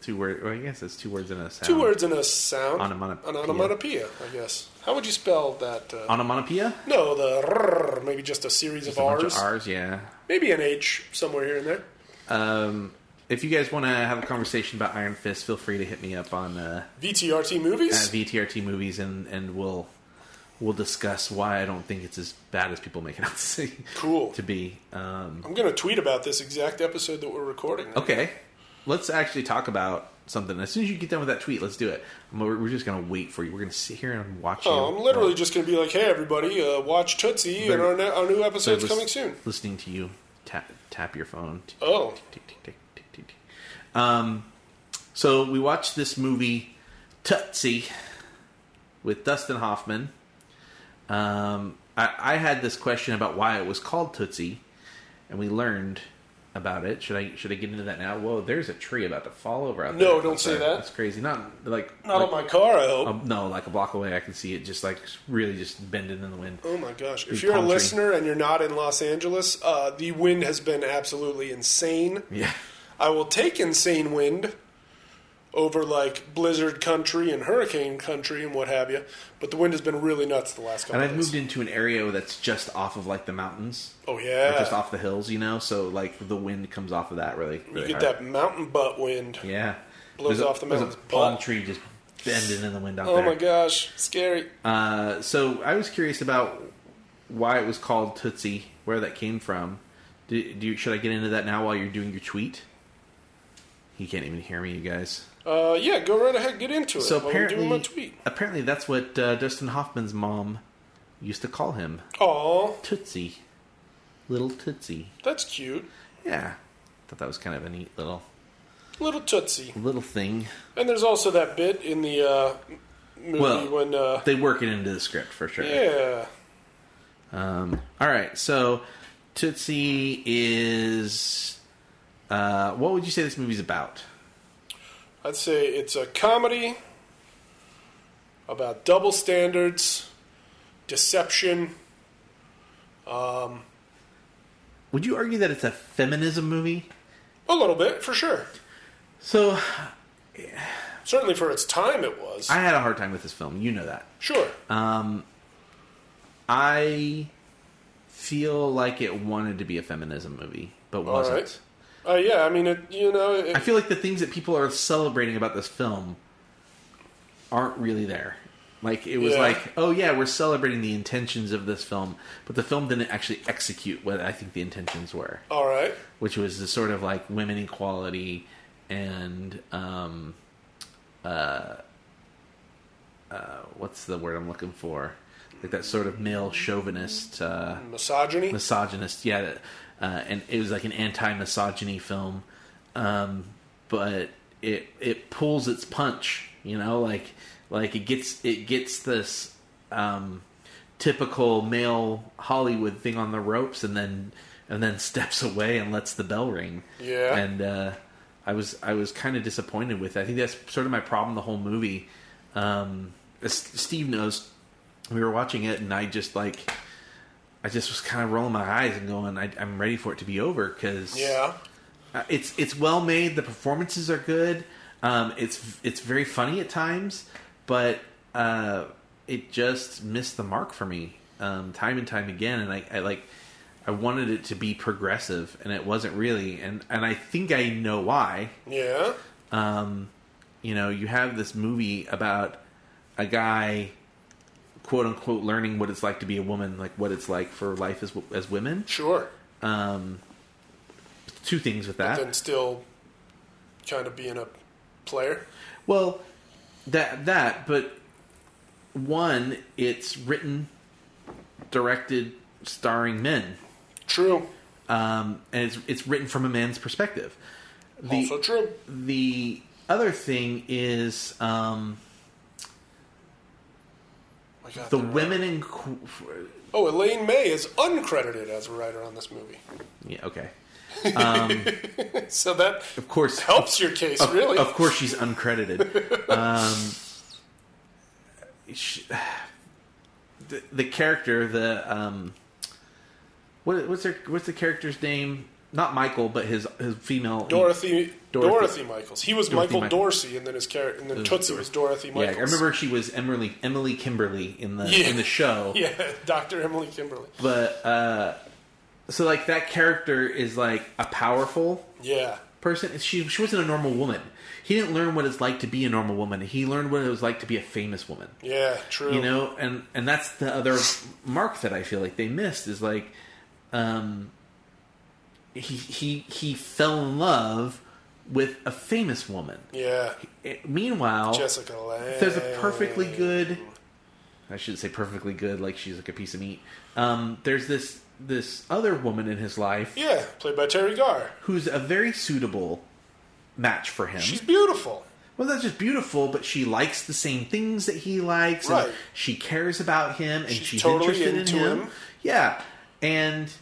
S3: Two words. Well, I guess it's two words in a sound.
S4: Two words in a sound.
S3: Onomatopoeia.
S4: An onomatopoeia, I guess. How would you spell that? Uh,
S3: Onomatopoeia.
S4: no, the rrr, maybe just a series
S3: Just
S4: of
S3: a bunch of
S4: R's.
S3: R's. Yeah.
S4: Maybe an H somewhere here and there.
S3: Um, if you guys want to have a conversation about Iron Fist, feel free to hit me up on uh,
S4: VTRT
S3: at
S4: movies?
S3: VTRT movies, and and we'll we'll discuss why I don't think it's as bad as people make it out to see.
S4: Cool.
S3: To be. Um,
S4: I'm going to tweet about this exact episode that we're recording.
S3: okay. Let's actually talk about something. As soon as you get done with that tweet, let's do it. I'm- We're we're just gonna wait for you. We're gonna sit here and watch you.
S4: Oh, I'm literally just going to be like, hey, everybody, uh, watch Tootsie, and our, ne- our new episode's
S3: Lis-
S4: coming soon.
S3: Listening to you tap tap your phone.
S4: Oh.
S3: Tick, tick, tick, tick, tick, tick. Um, so we watched this movie Tootsie with Dustin Hoffman. Um, I, I had this question about why it was called Tootsie, and we learned about it. Should I should I get into that now? Whoa, there's a tree about to fall over out
S4: No,
S3: there.
S4: don't
S3: That's-
S4: say that.
S3: That's crazy. Not like
S4: Not
S3: like,
S4: on my car, I hope.
S3: um, no, like a block away, I can see it just like really just bending in the wind.
S4: oh, my gosh. If
S3: the
S4: you're a
S3: palm tree.
S4: listener and you're not in Los Angeles, uh, the wind has been absolutely insane.
S3: Yeah.
S4: I will take insane wind over, like, blizzard country and hurricane country and what have you, but the wind has been really nuts the last couple
S3: And
S4: of
S3: I've
S4: days.
S3: moved into an area that's just off of like the mountains.
S4: oh, yeah.
S3: Like, just off the hills, you know. So like the wind comes off of that really.
S4: you
S3: really
S4: get
S3: hard.
S4: that mountain butt wind.
S3: Yeah.
S4: blows
S3: There's a-
S4: off the
S3: there's a
S4: mountain's
S3: palm
S4: butt.
S3: tree just bending in the wind out
S4: Oh,
S3: there.
S4: my gosh. Scary.
S3: Uh, so I was curious about why it was called Tootsie, where that came from. Do, do you, should I get into that now while you're doing your tweet? He can't even hear me, you guys.
S4: Uh, yeah, go right ahead. Get into it.
S3: So
S4: while I'm
S3: apparently,
S4: doing my tweet.
S3: apparently that's what uh, Dustin Hoffman's mom used to call him,
S4: Oh,
S3: Tootsie, little Tootsie.
S4: that's cute.
S3: Yeah, thought that was kind of a neat little
S4: Little Tootsie.
S3: little thing.
S4: And there's also that bit in the uh, movie
S3: Well,
S4: when. Uh,
S3: They work it into the script for sure.
S4: yeah.
S3: Um, all right, so Tootsie is. Uh, what would you say this movie's about?
S4: I'd say it's a comedy about double standards, deception.
S3: Would you argue that it's a feminism movie?
S4: A little bit, for sure.
S3: So
S4: Certainly for its time, it was.
S3: I had a hard time with this film. You know that.
S4: sure. Uh,
S3: I feel like it wanted to be a feminism movie, but wasn't.
S4: right. Uh, yeah, I mean, it, you know,
S3: I
S4: it,
S3: feel like the things that people are celebrating about this film aren't really there. Like it was
S4: Yeah.
S3: like, oh yeah, we're celebrating the intentions of this film, but the film didn't actually execute what I think the intentions were,
S4: all right.
S3: which was the sort of like women equality and um, uh, uh, what's the word I'm looking for? Like that sort of male chauvinist. Uh,
S4: Misogyny.
S3: misogynist. Yeah, that- uh, and it was like an anti-misogyny film, um, but it it pulls its punch. You know, like like it gets it gets this um, typical male Hollywood thing on the ropes, and then and then steps away and lets the bell ring.
S4: Yeah.
S3: and uh, I was I was kind of disappointed with. It. I think that's sort of my problem the whole movie. Um, S- Steve knows we were watching it, and I just like I just was kind of rolling my eyes and going, I, I'm ready for it to be over because
S4: Yeah.
S3: uh, it's it's well made. The performances are good. Um, it's it's very funny at times, but uh, it just missed the mark for me um, time and time again. And I, I like I wanted it to be progressive, and it wasn't really. And and I think I know why
S4: Yeah.
S3: um, you know, you have this movie about a guy, quote unquote, learning what it's like to be a woman, like what it's like for life as as women.
S4: Sure.
S3: Two things with that.
S4: Then still kind of being a player.
S3: well, that that, but one, it's written, directed, starring men,
S4: True.
S3: um, and it's it's written from a man's perspective. The,
S4: also true.
S3: the other thing is um,
S4: My God,
S3: the
S4: they're-
S3: women in. qu-
S4: Oh, Elaine May is uncredited as a writer on this movie.
S3: Yeah, okay.
S4: So that
S3: Of course,
S4: helps your case,
S3: Of-
S4: really.
S3: Of course, she's uncredited. um, she- the, the character, the um, what, what's her, what's the character's name? Not Michael, but his his female
S4: Dorothy,
S3: Dorothy.
S4: Dorothy. Michaels. He was
S3: Dorothy
S4: Michael
S3: Michaels.
S4: Dorsey, and then his character, and then
S3: was
S4: Tootsie
S3: Dorothy.
S4: was Dorothy
S3: Yeah,
S4: Michaels.
S3: I remember she was Emily Emily Kimberly in the
S4: Yeah.
S3: in the show.
S4: Yeah, Dr. Emily Kimberly.
S3: But uh, so like that character is like a powerful
S4: Yeah,
S3: person. She she wasn't a normal woman. He didn't learn what it's like to be a normal woman. He learned what it was like to be a famous woman.
S4: yeah, true.
S3: you know and and that's the other mark that i feel like they missed is like um he he he fell in love with a famous woman
S4: yeah,
S3: It- meanwhile
S4: Jessica Lange.
S3: there's a perfectly good i shouldn't say perfectly good like she's like a piece of meat um there's this this other woman in his life
S4: Yeah, played by Terry Garr.
S3: who's a very suitable match for him
S4: She's beautiful.
S3: well, that's just beautiful, but she likes the same things that he likes. and
S4: Right.
S3: she cares about him, and she's,
S4: She's totally
S3: interested
S4: into
S3: in him.
S4: him.
S3: Yeah, and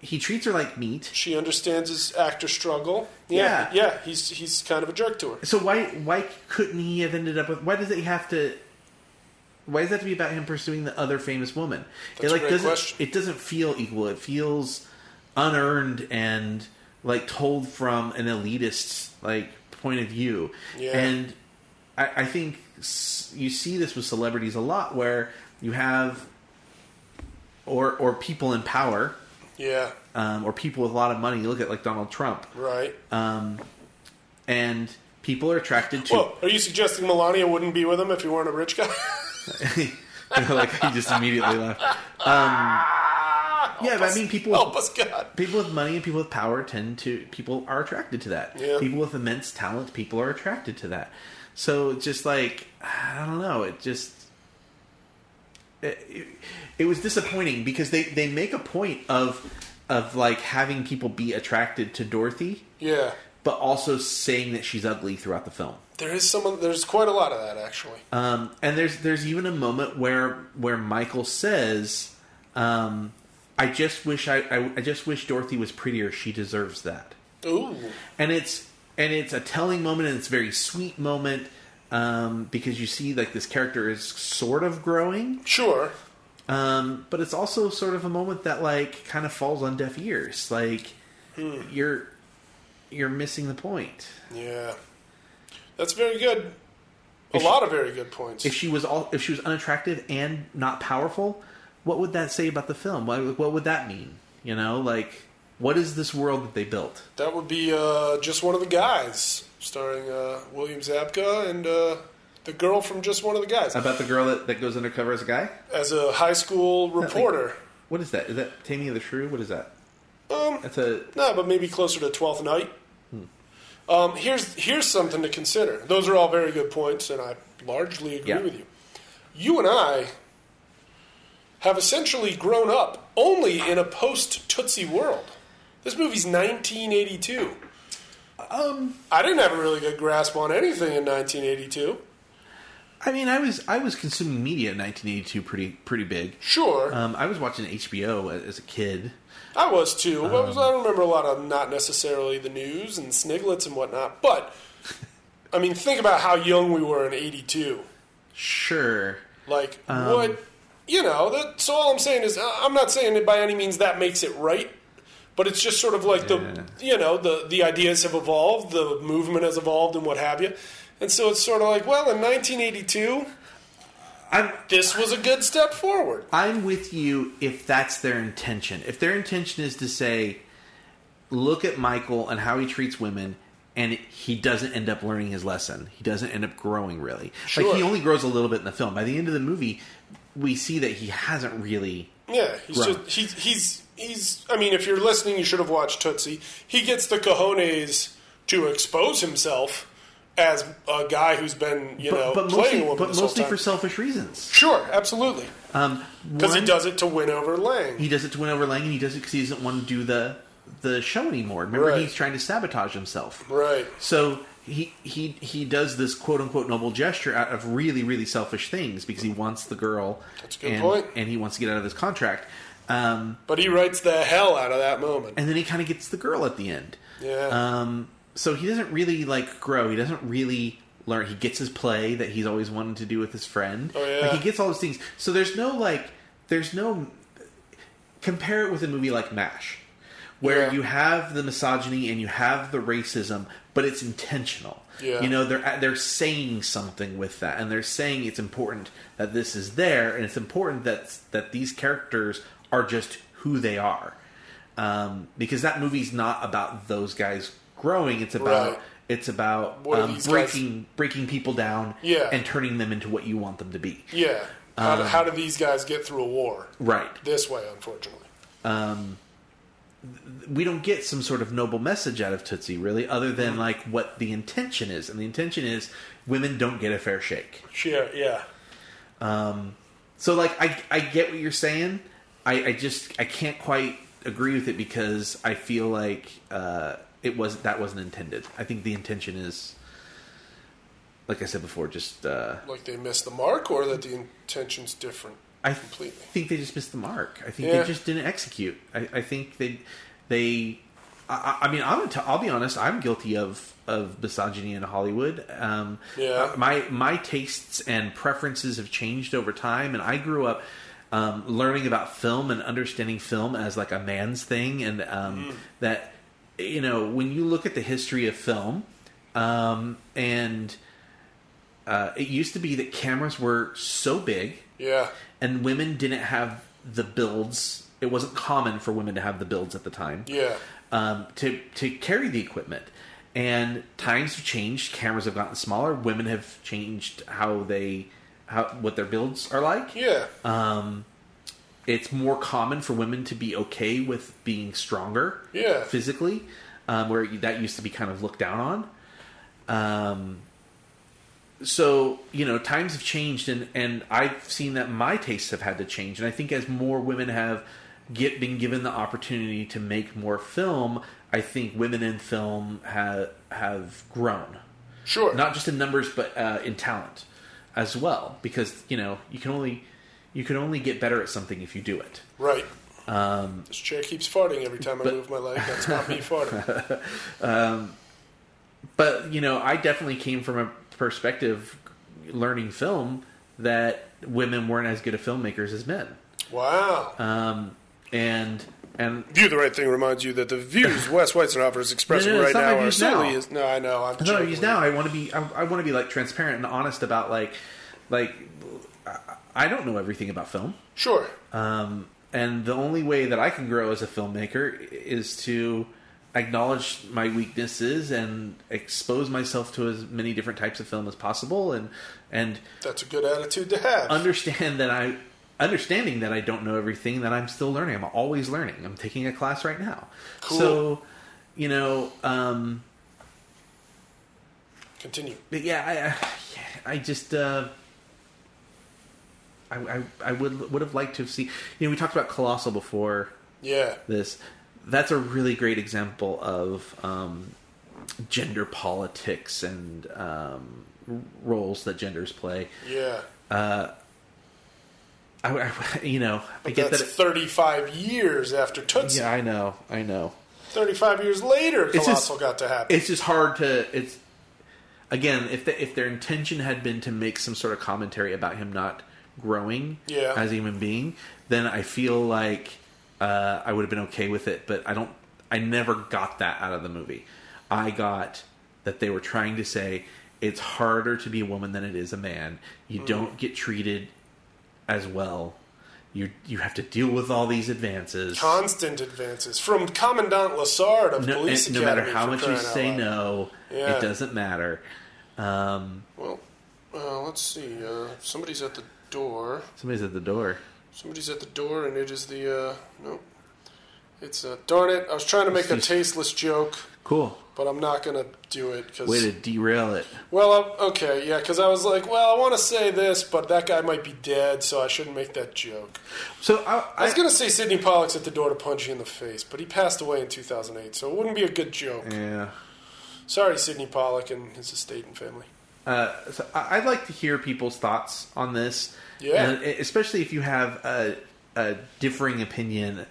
S3: he treats her like meat.
S4: She understands his actor struggle. Yeah,
S3: Yeah.
S4: yeah, he's he's kind of a jerk to her.
S3: So why why couldn't he have ended up with? Why does it have to? Why does it have to be about him pursuing the other famous woman? it
S4: That's a
S3: like
S4: great
S3: doesn't
S4: question.
S3: it doesn't feel equal. It feels unearned and like told from an elitist like point of view.
S4: Yeah.
S3: And I, I think s- you see this with celebrities a lot, where you have or or people in power
S4: Yeah,
S3: um, or people with a lot of money. You look at like Donald Trump,
S4: right.
S3: and people are attracted to.
S4: Well, are you suggesting Melania wouldn't be with him if he weren't a rich guy?
S3: like he just immediately left. Um, yeah, but I mean, people
S4: Help
S3: with,
S4: us, God.
S3: people with money and people with power tend to people are attracted to that.
S4: Yeah.
S3: People with immense talent, people are attracted to that. So it's just like I don't know, it just it, it, it was disappointing because they they make a point of of like having people be attracted to Dorothy,
S4: Yeah,
S3: but also saying that she's ugly throughout the film.
S4: there is someone. There's quite a lot of that actually.
S3: Um, and there's there's even a moment where where Michael says, um, "I just wish I, I I just wish Dorothy was prettier. She deserves that."
S4: Ooh,
S3: And it's and it's a telling moment, and it's a very sweet moment um, because you see like this character is sort of growing,
S4: sure.
S3: um, but it's also sort of a moment that like kind of falls on deaf ears. Like you're you're missing the point.
S4: Yeah, that's very good. A lot of very good points.
S3: if she was all if she was unattractive and not powerful, what would that say about the film? What, what would that mean? You know, like what is this world that they built?
S4: That would be uh, just one of the guys, starring uh, William Zabka and uh, the girl from Just One of the Guys,
S3: About the girl that, that goes undercover as a guy?
S4: as a high school reporter.
S3: What is that? Is that Taming of the Shrew? What is that?
S4: Um,
S3: That's a
S4: no, but maybe closer to Twelfth Night. Um, here's here's something to consider. Those are all very good points, and I largely agree
S3: Yeah.
S4: with you. You and I have essentially grown up only in a post Tootsie world. This movie's 1982.
S3: Um,
S4: I didn't have a really good grasp on anything in 1982.
S3: I mean, I was I was consuming media in 1982 pretty pretty big.
S4: Sure,
S3: Um, I was watching HBO a- as a kid.
S4: I was too. But I was- I remember a lot of not necessarily the news and sniglets and whatnot. But I mean, think about how young we were in '82.
S3: Sure.
S4: Like what you know. That, so all I'm saying is, uh, I'm not saying that by any means that makes it right. But it's just sort of like the you know the the ideas have evolved, the movement has evolved, and what have you. And so it's sort of like, well, in 1982,
S3: I'm
S4: this was a good step forward.
S3: I'm with you if that's their intention. If their intention is to say, look at Michael and how he treats women, and he doesn't end up learning his lesson. He doesn't end up growing really.
S4: Sure.
S3: Like he only grows a little bit in the film. By the end of the movie, we see that he hasn't really.
S4: Yeah, he's
S3: Right.
S4: just he's he's he's. I mean, if you're listening, you should have watched Tootsie. He gets the cojones to expose himself as a guy who's been you know
S3: But, but
S4: playing
S3: mostly,
S4: a woman
S3: but
S4: this whole
S3: mostly
S4: time.
S3: for selfish reasons.
S4: sure, absolutely,
S3: Um,
S4: because he
S3: one-
S4: does it to win over Lang.
S3: he does it to win over Lang, and he does it because he doesn't want to do the the show anymore. Remember,
S4: Right.
S3: he's trying to sabotage himself.
S4: right.
S3: So he he he does this quote unquote noble gesture out of really really selfish things because he wants the girl.
S4: That's a good
S3: and,
S4: point.
S3: And he wants to get out of this contract. Um,
S4: But he writes the hell out of that moment.
S3: and then he kind of gets the girl at the end.
S4: Yeah.
S3: Um, so he doesn't really like grow. He doesn't really learn. He gets his play that he's always wanted to do with his friend.
S4: Oh, yeah.
S3: Like he gets all those things. So there's no like there's no compare it with a movie like MASH where
S4: Yeah.
S3: you have the misogyny and you have the racism, but it's intentional.
S4: Yeah.
S3: You know, they're uh, they're saying something with that and they're saying it's important that this is there and it's important that that these characters are just who they are um, because that movie's not about those guys growing. It's about
S4: Right.
S3: it's about
S4: What are
S3: um,
S4: these guys-
S3: breaking breaking people down
S4: Yeah.
S3: and turning them into what you want them to be.
S4: yeah. How,
S3: Uh,
S4: do, how do these guys get through a war?
S3: Right.
S4: This way, unfortunately.
S3: We don't get some sort of noble message out of Tootsie really, other
S4: Mm.
S3: than like what the intention is, and the intention is women don't get a fair shake.
S4: Sure. Yeah.
S3: So like I I get what you're saying. I, I just I can't quite agree with it because I feel like uh, it was that wasn't intended. I think the intention is, like I said before, just. Uh,
S4: Like they missed the mark, or that the intention's different.
S3: I th-
S4: Completely.
S3: think they just missed the mark. I think
S4: Yeah.
S3: they just didn't execute. I, I think they they. I, I I mean, I'm. T- I'll be honest. I'm guilty of of misogyny in Hollywood. Um,
S4: Yeah.
S3: uh, My my tastes and preferences have changed over time, and I grew up. Um, learning about film and understanding film as like a man's thing, and um,
S4: Mm.
S3: that you know when you look at the history of film, um, and uh, it used to be that cameras were so big
S4: Yeah.
S3: and women didn't have the builds. It wasn't common for women to have the builds at the time
S4: Yeah.
S3: um, to to carry the equipment. And times have changed. Cameras have gotten smaller. Women have changed how they how what their builds are like.
S4: Yeah.
S3: It's more common for women to be okay with being stronger,
S4: Yeah.
S3: physically, um, where that used to be kind of looked down on. Um, so you know times have changed and and i've seen that my tastes have had to change and i think as more women have get been given the opportunity to make more film i think women in film have have grown
S4: sure.
S3: not just in numbers but uh, in talent as well because you know you can only you can only get better at something if you do it
S4: Right.
S3: Um,
S4: this chair keeps farting every time I move my leg. That's not me farting.
S3: but you know i definitely came from a perspective learning film that women weren't as good at filmmakers as men
S4: Wow.
S3: Um, and and
S4: View the Right Thing reminds you that the views Wes Weisenhofer is expressing
S3: No, no,
S4: right
S3: it's not
S4: now
S3: my
S4: are
S3: views
S4: silly.
S3: now.
S4: As, no, I know. I'm
S3: No,
S4: joking
S3: he's
S4: with
S3: now.
S4: you.
S3: I want to be. I, I want to be like transparent and honest about like, like, I, I don't know everything about film,
S4: Sure.
S3: um, and the only way that I can grow as a filmmaker is to acknowledge my weaknesses and expose myself to as many different types of film as possible, and and
S4: That's a good attitude to have.
S3: understand that I. Understanding that I don't know everything, that I'm still learning. I'm always learning. I'm taking a class right now.
S4: Cool.
S3: So, you know, um,
S4: Continue.
S3: But yeah, I, I, I just, uh, I, I, I would would have liked to have seen. You know, we talked about Colossal before
S4: Yeah.
S3: this. That's a really great example of um, gender politics and um, roles that genders play.
S4: Yeah.
S3: I, I- you know, I get
S4: That's
S3: that. It,
S4: 35 years after Tootsie.
S3: yeah, I know, I know.
S4: 35 years later,
S3: It's
S4: Colossal
S3: just-
S4: got to happen.
S3: It's just hard to. It's again, if the, if their intention had been to make some sort of commentary about him not growing
S4: Yeah.
S3: as a human being, then I feel like uh, I would have been okay with it. But I don't. I never got that out of the movie. I got that they were trying to say it's harder to be a woman than it is a man. You
S4: Mm.
S3: don't get treated as well. You you have to deal with all these advances.
S4: Constant advances from Commandant Lassard of
S3: no,
S4: Police
S3: and no
S4: Academy.
S3: matter how
S4: for
S3: much you
S4: crying out
S3: say
S4: loud.
S3: no,
S4: Yeah.
S3: it doesn't matter. Um,
S4: Well, uh, let's see. Uh, somebody's at the door.
S3: somebody's at the door.
S4: Somebody's at the door, and it is the. Uh, no. It's. Uh, darn it. I was trying to make a tasteless joke,
S3: Cool.
S4: but I'm not going to do it. Cause,
S3: Way to derail it.
S4: Well, i okay, yeah, because I was like, well, I want to say this, but that guy might be dead, so I shouldn't make that joke.
S3: So I,
S4: I was
S3: I,
S4: going to say Sidney Pollock's at the door to punch you in the face, but he passed away in 2008, so it wouldn't be a good joke.
S3: yeah.
S4: Sorry, Sidney Pollock and his estate and family.
S3: Uh, so I, I'd like to hear people's thoughts on this.
S4: Yeah.
S3: And e, especially if you have a, a differing opinion.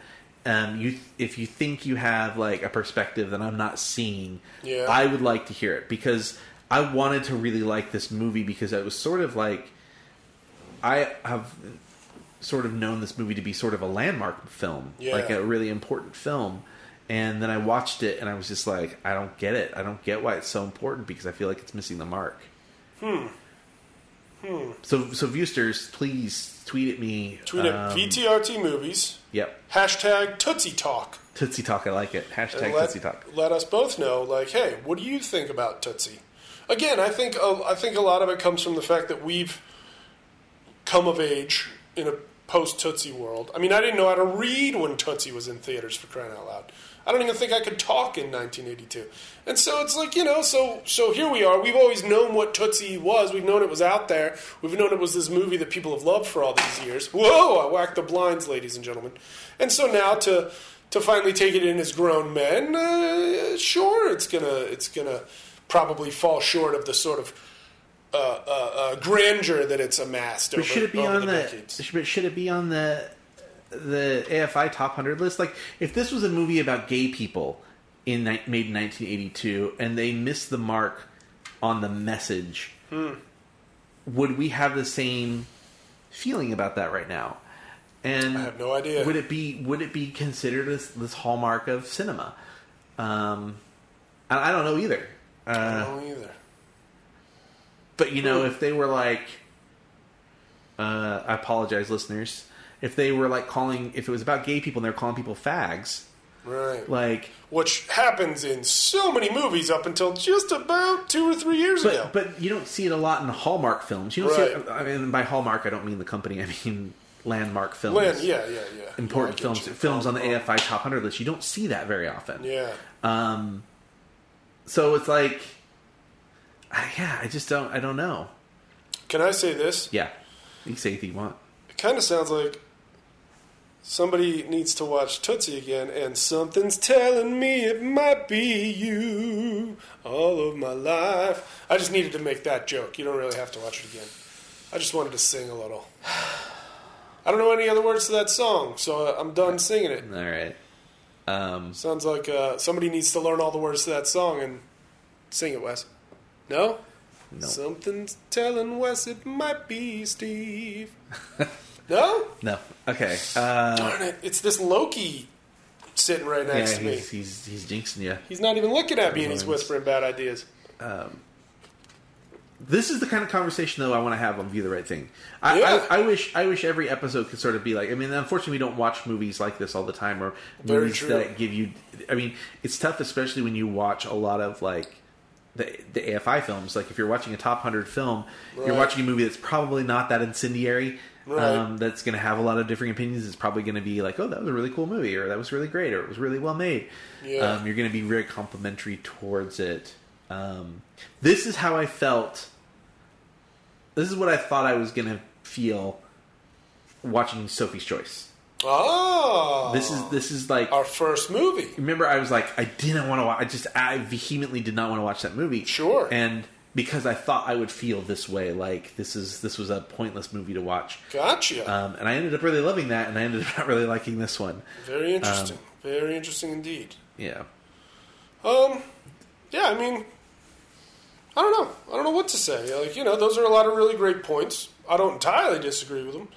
S3: Um, you if you think you have like a perspective that I'm not seeing,
S4: Yeah.
S3: I would like to hear it because I wanted to really like this movie because it was sort of like I have sort of known this movie to be sort of a landmark film,
S4: Yeah.
S3: like a really important film. And then I watched it and I was just like, I don't get it. I don't get why it's so important because I feel like it's missing the mark. Hmm. Hmm. So, so viewsters, please tweet at me.
S4: Tweet at
S3: um,
S4: VTRT Movies,
S3: Yep.
S4: hashtag Tootsie Talk.
S3: Tootsie Talk. I like it. Hashtag
S4: let,
S3: Tootsie Talk.
S4: let us both know, like, hey, what do you think about Tootsie? Again, I think a, I think a lot of it comes from the fact that we've come of age in a post Tootsie world. I mean, I didn't know how to read when Tootsie was in theaters for crying out loud. I don't even think I could talk in 1982. And so it's like you know, so so here we are. We've always known what Tootsie was. We've known it was out there. We've known it was this movie that people have loved for all these years. Whoa! I whacked the blinds, ladies and gentlemen. And so now to to finally take it in as grown men, uh, sure, it's gonna it's gonna probably fall short of the sort of uh, uh, uh, grandeur that it's amassed.
S3: But
S4: over,
S3: should it be
S4: over
S3: on
S4: the,
S3: the?
S4: decades.
S3: sh- But should it be on the the AFI top hundred list? Like, if this was a movie about gay people in ni- made in 1982 and they missed the mark on the message,
S4: Hmm.
S3: would we have the same feeling about that right now? And I
S4: have no idea.
S3: Would it be would it be considered as this hallmark of cinema? Um, I, I don't know either.
S4: I
S3: Uh,
S4: don't know either.
S3: but you know, if they were like, uh, I apologize, listeners. If they were like calling, if it was about gay people and they're calling people fags,
S4: Right.
S3: like,
S4: Which happens in so many movies up until just about two or three years
S3: but
S4: ago.
S3: but you don't see it a lot in Hallmark films. You don't see it.
S4: Right.
S3: I mean, by Hallmark, I don't mean the company. I mean landmark films,
S4: Lynn, yeah, yeah, yeah.
S3: important
S4: Yeah, I get
S3: films,
S4: you.
S3: films on the AFI top hundred list. You don't see that very often.
S4: Yeah.
S3: So it's like, I- yeah, I just don't. I don't know.
S4: Can I say this?
S3: Yeah, you can say anything you want.
S4: It kind of sounds like somebody needs to watch Tootsie again, and something's telling me it might be you all of my life. I just needed to make that joke. You don't really have to watch it again. I just wanted to sing a little. I don't know any other words to that song, so uh, I'm done singing it.
S3: All right. Um,
S4: Sounds like uh, somebody needs to learn all the words to that song and sing it, Wes. No?
S3: no,
S4: Something's telling Wes it might be Steve. no?
S3: no. Okay. Uh,
S4: Darn it. It's this Loki sitting right next
S3: yeah,
S4: to me.
S3: he's, he's he's jinxing you.
S4: He's not even looking at me and he's
S3: Lawrence.
S4: whispering bad ideas.
S3: This is the kind of conversation though I want to have on View the Right Thing. I,
S4: Yeah.
S3: I, I wish I wish every episode could sort of be like. I mean, unfortunately, we don't watch movies like this all the time, or
S4: Very
S3: movies
S4: true.
S3: that give you. I mean, it's tough, especially when you watch a lot of like the the AFI films. Like if you're watching a top hundred film,
S4: Right.
S3: you're watching a movie that's probably not that incendiary.
S4: Right.
S3: Um, that's going to have a lot of differing opinions. It's probably going to be like, oh, that was a really cool movie, or that was really great, or it was really well made.
S4: Yeah.
S3: Um, you're going to be very complimentary towards it. Um, this is how I felt. This is what I thought I was going to feel watching Sophie's Choice.
S4: Oh,
S3: This is this is like
S4: our first movie.
S3: remember I was like I didn't want to watch I just I vehemently did not want to watch that movie.
S4: Sure.
S3: And because I thought I would feel this way like this is this was a pointless movie to watch.
S4: Gotcha.
S3: Um, and I ended up really loving that and I ended up not really liking this one. um,
S4: Very interesting. Very interesting indeed.
S3: Yeah.
S4: Um, yeah, I mean, I don't know. I don't know what to say. Like, you know, those are a lot of really great points. I don't entirely disagree with them.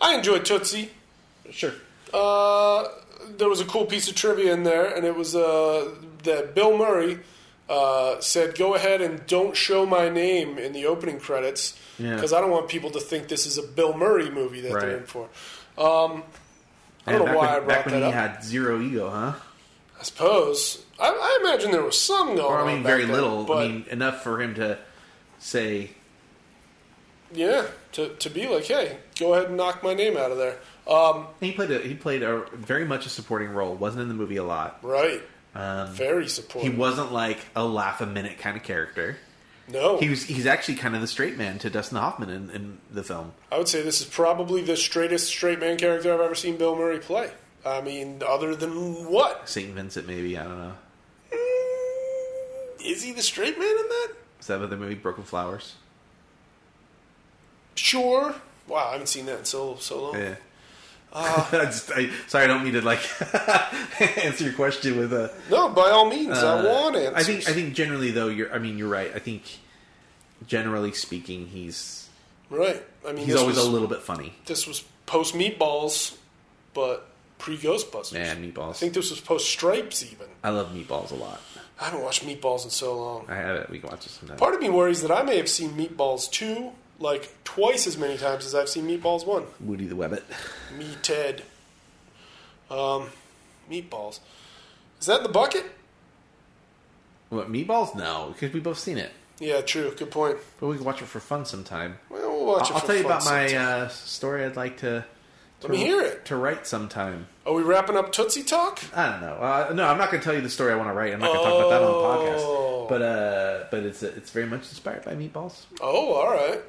S4: I enjoyed Tootsie.
S3: Sure.
S4: Uh, there was a cool piece of trivia in there, and it was uh, that Bill Murray uh, said, "Go ahead and don't show my name in the opening credits
S3: Yeah.
S4: because I don't want people to think this is a Bill Murray movie that
S3: Right.
S4: they're in for." Um, I don't
S3: back
S4: know
S3: when,
S4: why I
S3: back
S4: brought
S3: when
S4: that
S3: he
S4: up.
S3: had zero ego, huh?
S4: I suppose I, I imagine there was some going
S3: Or
S4: on.
S3: I mean
S4: back
S3: very
S4: then,
S3: little.
S4: but
S3: I mean enough for him to say
S4: yeah, to to be like, hey, go ahead and knock my name out of there. Um,
S3: he played a, he played a very much a supporting role. wasn't in the movie a lot.
S4: right,
S3: Um,
S4: very
S3: he
S4: supportive.
S3: wasn't like a laugh a minute kind of character.
S4: no,
S3: He was he's actually kind of the straight man to Dustin Hoffman in, in the film.
S4: I would say this is probably the straightest straight man character I've ever seen Bill Murray play. I mean, other than what?
S3: Saint Vincent, maybe I don't know.
S4: Mm, Is he the straight man in that?
S3: Is that other movie Broken Flowers?
S4: Sure. Wow, I haven't seen that in so so long.
S3: Yeah.
S4: Ah.
S3: I just- I- sorry, I don't mean to like answer your question with a.
S4: No, by all means, I
S3: uh,
S4: want answers.
S3: I think I think generally though you're. I mean you're right. I think generally speaking, he's
S4: right. I mean,
S3: he's
S4: this
S3: always
S4: was,
S3: a little bit funny.
S4: This was post Meatballs, but pre Ghostbusters.
S3: Man, meatballs.
S4: I think this was post Stripes. Even
S3: I love meatballs a lot.
S4: I haven't watched Meatballs in so long.
S3: I have it. We can watch this sometime.
S4: Part of me worries that I may have seen Meatballs two like twice as many times as I've seen Meatballs one.
S3: Woody the Webbit.
S4: Me Ted. Um, meatballs. Is that the bucket?
S3: What meatballs? No, because we both seen it.
S4: Yeah, true. Good point.
S3: But we can watch it for fun sometime.
S4: Well, we'll watch
S3: I'll, I'll
S4: it for
S3: tell you
S4: fun
S3: about my
S4: sometime.
S3: uh, story. I'd like to. to
S4: Let me hear it.
S3: To write sometime.
S4: Are we wrapping up Tootsie Talk?
S3: I don't know. Uh, no, I'm not going to tell you the story I want to write. I'm not going to talk about that on
S4: Oh.
S3: the podcast. But uh, but it's it's very much inspired by meatballs.
S4: Oh, all right.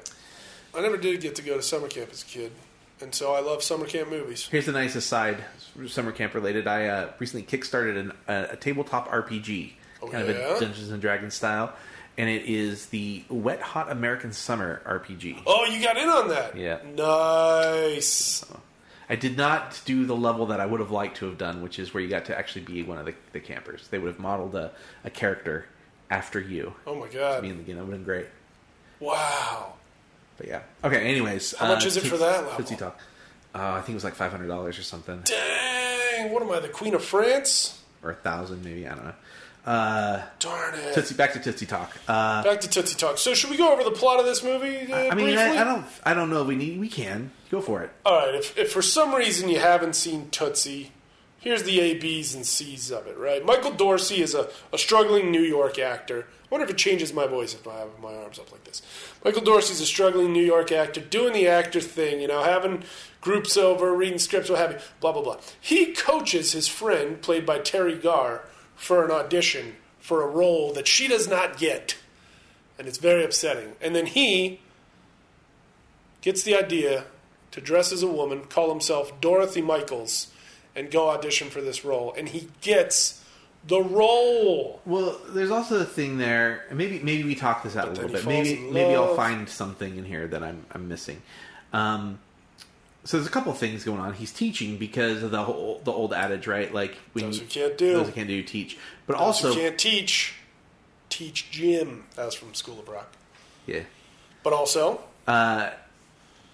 S4: I never did get to go to summer camp as a kid, and so I love summer camp movies.
S3: Here's a nice aside, summer camp related. I uh, recently kickstarted an, uh, a tabletop RPG,
S4: Oh,
S3: kind of
S4: yeah?
S3: a Dungeons and Dragons style, and it is the Wet Hot American Summer RPG.
S4: Oh, you got in on that.
S3: Yeah. Uh,
S4: Nice.
S3: I did not do the level that I would have liked to have done, which is where you got to actually be one of the, the campers. They would have modeled a, a character after you.
S4: Oh my
S3: Me
S4: god.
S3: and the game would have been great.
S4: Wow.
S3: But yeah. Okay. Anyways, how
S4: much is it for that level?
S3: Tootsie Talk. Uh, I think it was like five hundred dollars or something,
S4: Dang. What am I, the Queen of France?
S3: or a thousand maybe. I don't know. Uh,
S4: Darn it.
S3: Tootsie. Back to Tootsie Talk. Uh,
S4: Back to Tootsie Talk. So, should we go over the plot of this movie? Uh,
S3: I mean,
S4: briefly?
S3: I, I don't. I don't know. If we need. We can go for it.
S4: All right, if, if for some reason you haven't seen Tootsie, here's the A, B's, and C's of it, right? Michael Dorsey is a, a struggling New York actor. I wonder if it changes my voice if I have my arms up like this. Michael Dorsey's a struggling New York actor doing the actor thing, you know, having groups over, reading scripts, what have you, blah, blah, blah. He coaches his friend, played by Terry Garr, for an audition for a role that she does not get. And it's very upsetting. And then he, gets the idea to dress as a woman, call himself Dorothy Michaels, and go audition for this role. And he gets the role.
S3: Well, there's also a thing there. and Maybe maybe we talk this out a
S4: then
S3: little
S4: he
S3: bit.
S4: falls
S3: Maybe
S4: in
S3: maybe I'll
S4: love.
S3: find something in here that I'm I'm missing. Um, so there's a couple things going on. He's teaching because of the whole the old adage, right? Like when
S4: Those who can't do.
S3: those who can't do teach. But
S4: Those who
S3: also,
S4: can't teach, teach Jim. That was from School of Rock.
S3: yeah,
S4: But also,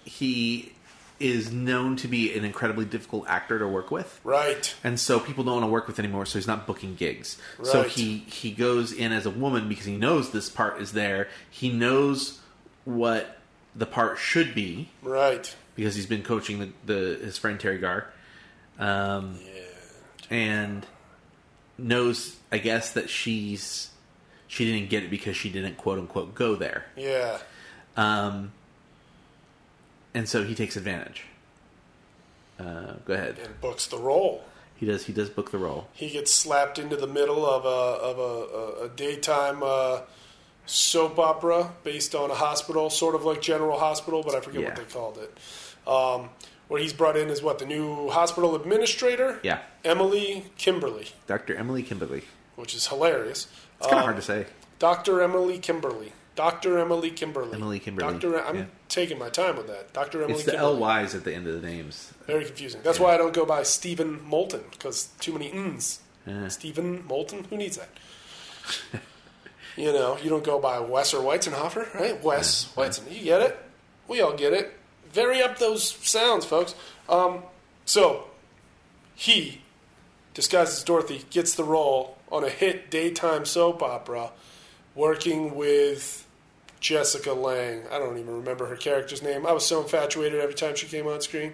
S3: he is known to be an incredibly difficult actor to work with.
S4: right.
S3: and so people don't want to work with anymore so he's not booking gigs so
S4: Right.
S3: he he goes in as a woman because he knows this part is there he knows what the part should be
S4: Right.
S3: because he's been coaching the, the his friend terry gar um, and knows i guess that she's she didn't get it because she didn't quote unquote go there
S4: Yeah.
S3: um, and so he takes advantage uh, go ahead
S4: And books the role.
S3: he does he does book the role
S4: He gets slapped into the middle of a, of a, a, a daytime uh, soap opera based on a hospital, sort of like General Hospital, but I forget
S3: Yeah.
S4: what they called it. Um, where he's brought in as what the new hospital administrator.
S3: Yeah.
S4: Emily Kimberly,
S3: Dr. Emily Kimberly.
S4: which is hilarious.
S3: It's kind of hard to say.
S4: Dr. Emily Kimberly. Dr. Emily Kimberly.
S3: Emily Kimberly,
S4: Dr. I'm
S3: yeah.
S4: taking my time with that. Dr. Emily
S3: It's the
S4: Kimberly.
S3: LYs at the end of the names.
S4: Very confusing. That's why I don't go by Stephen Moulton because too many n's. Stephen Moulton, who needs that? you know, you don't go by Wes or Weizenhofer, right? Wes Weizen. You get it? We all get it. Vary up those sounds, folks. Um, so he disguises Dorothy, gets the role on a hit daytime soap opera, working with Jessica Lang. I don't even remember her character's name. I was so infatuated every time she came on screen.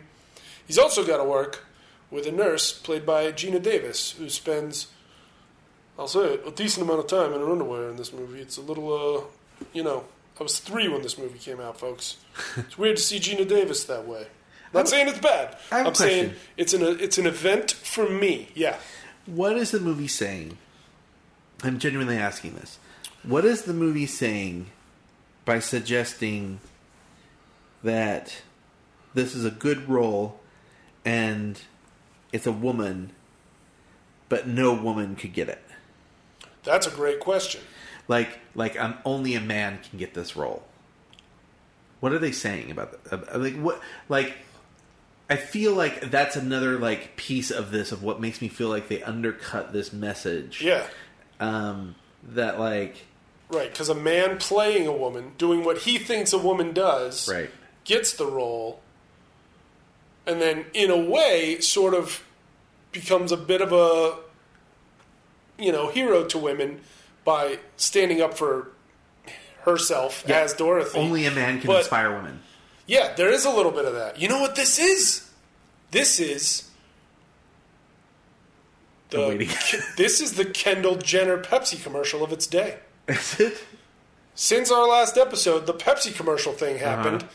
S4: He's also got to work with a nurse played by Gina Davis, who spends, I'll say it, a decent amount of time in her underwear in this movie. It's a little, uh, you know, I was three when this movie came out, folks. It's weird to see Gina Davis that way. Not saying it's bad.
S3: I have a
S4: I'm saying
S3: question.
S4: it's an it's an event for me. Yeah.
S3: What is the movie saying? I'm genuinely asking this. What is the movie saying by suggesting that this is a good role and it's a woman, but no woman could get it?
S4: That's a great question.
S3: Like, like um, only a man can get this role. What are they saying about that? Like, what? Like, I feel like that's another like piece of this of what makes me feel like they undercut this message.
S4: Yeah.
S3: um, that like
S4: Right, because a man playing a woman, doing what he thinks a woman does,
S3: Right.
S4: gets the role, and then in a way, sort of becomes a bit of a you know hero to women by standing up for herself as Dorothy.
S3: only a man can
S4: But-
S3: inspire women.
S4: Yeah, there is a little bit of that. You know what this is? This is
S3: I'm waiting.
S4: this is the Kendall Jenner Pepsi commercial of its day.
S3: Is it?
S4: Since our last episode, the Pepsi commercial thing
S3: Uh-huh.
S4: happened.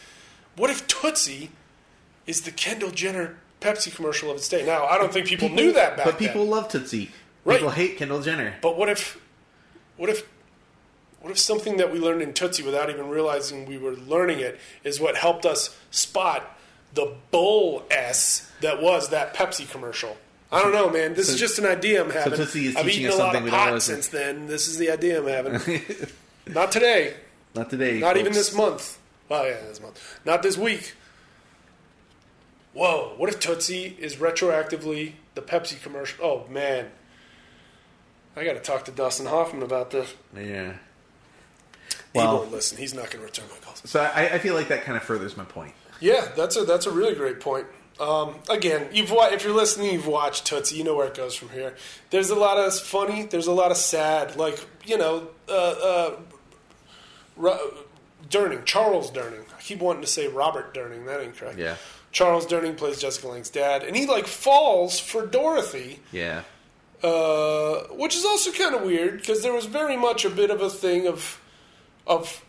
S4: What if Tootsie is the Kendall Jenner Pepsi commercial of its day? Now, I don't think people, knew that back
S3: But people
S4: then.
S3: love Tootsie.
S4: Right.
S3: People hate Kendall Jenner.
S4: But what if, what if, what if something that we learned in Tootsie without even realizing we were learning it is what helped us spot the bull s that was that Pepsi commercial? I don't know, man. This is just an idea I'm having.
S3: Tootsie is
S4: I've
S3: teaching
S4: eaten a
S3: us
S4: lot
S3: something
S4: of
S3: we don't
S4: pot
S3: realize it.
S4: since then. This is the idea I'm having. Not today.
S3: Not today.
S4: Not even
S3: folks.
S4: this month. Well, yeah, this month. Not this week. Whoa, what if Tootsie is retroactively the Pepsi commercial? Oh, man. I got to talk to Dustin Hoffman about this.
S3: Yeah.
S4: he
S3: Well,
S4: won't listen. He's not going to return my calls.
S3: so I, I feel like that kind of furthers my point.
S4: Yeah, that's a that's a really great point. Um, again, you've wa- if you're listening, you've watched Tootsie. You know where it goes from here. There's a lot of funny. There's a lot of sad. Like you know, uh, uh, Ro- Durning, Charles Durning. I keep wanting to say Robert Durning. That ain't correct.
S3: Yeah.
S4: Charles Durning plays Jessica Lang's dad, and he like falls for Dorothy
S3: Yeah.
S4: uh, which is also kind of weird because there was very much a bit of a thing of of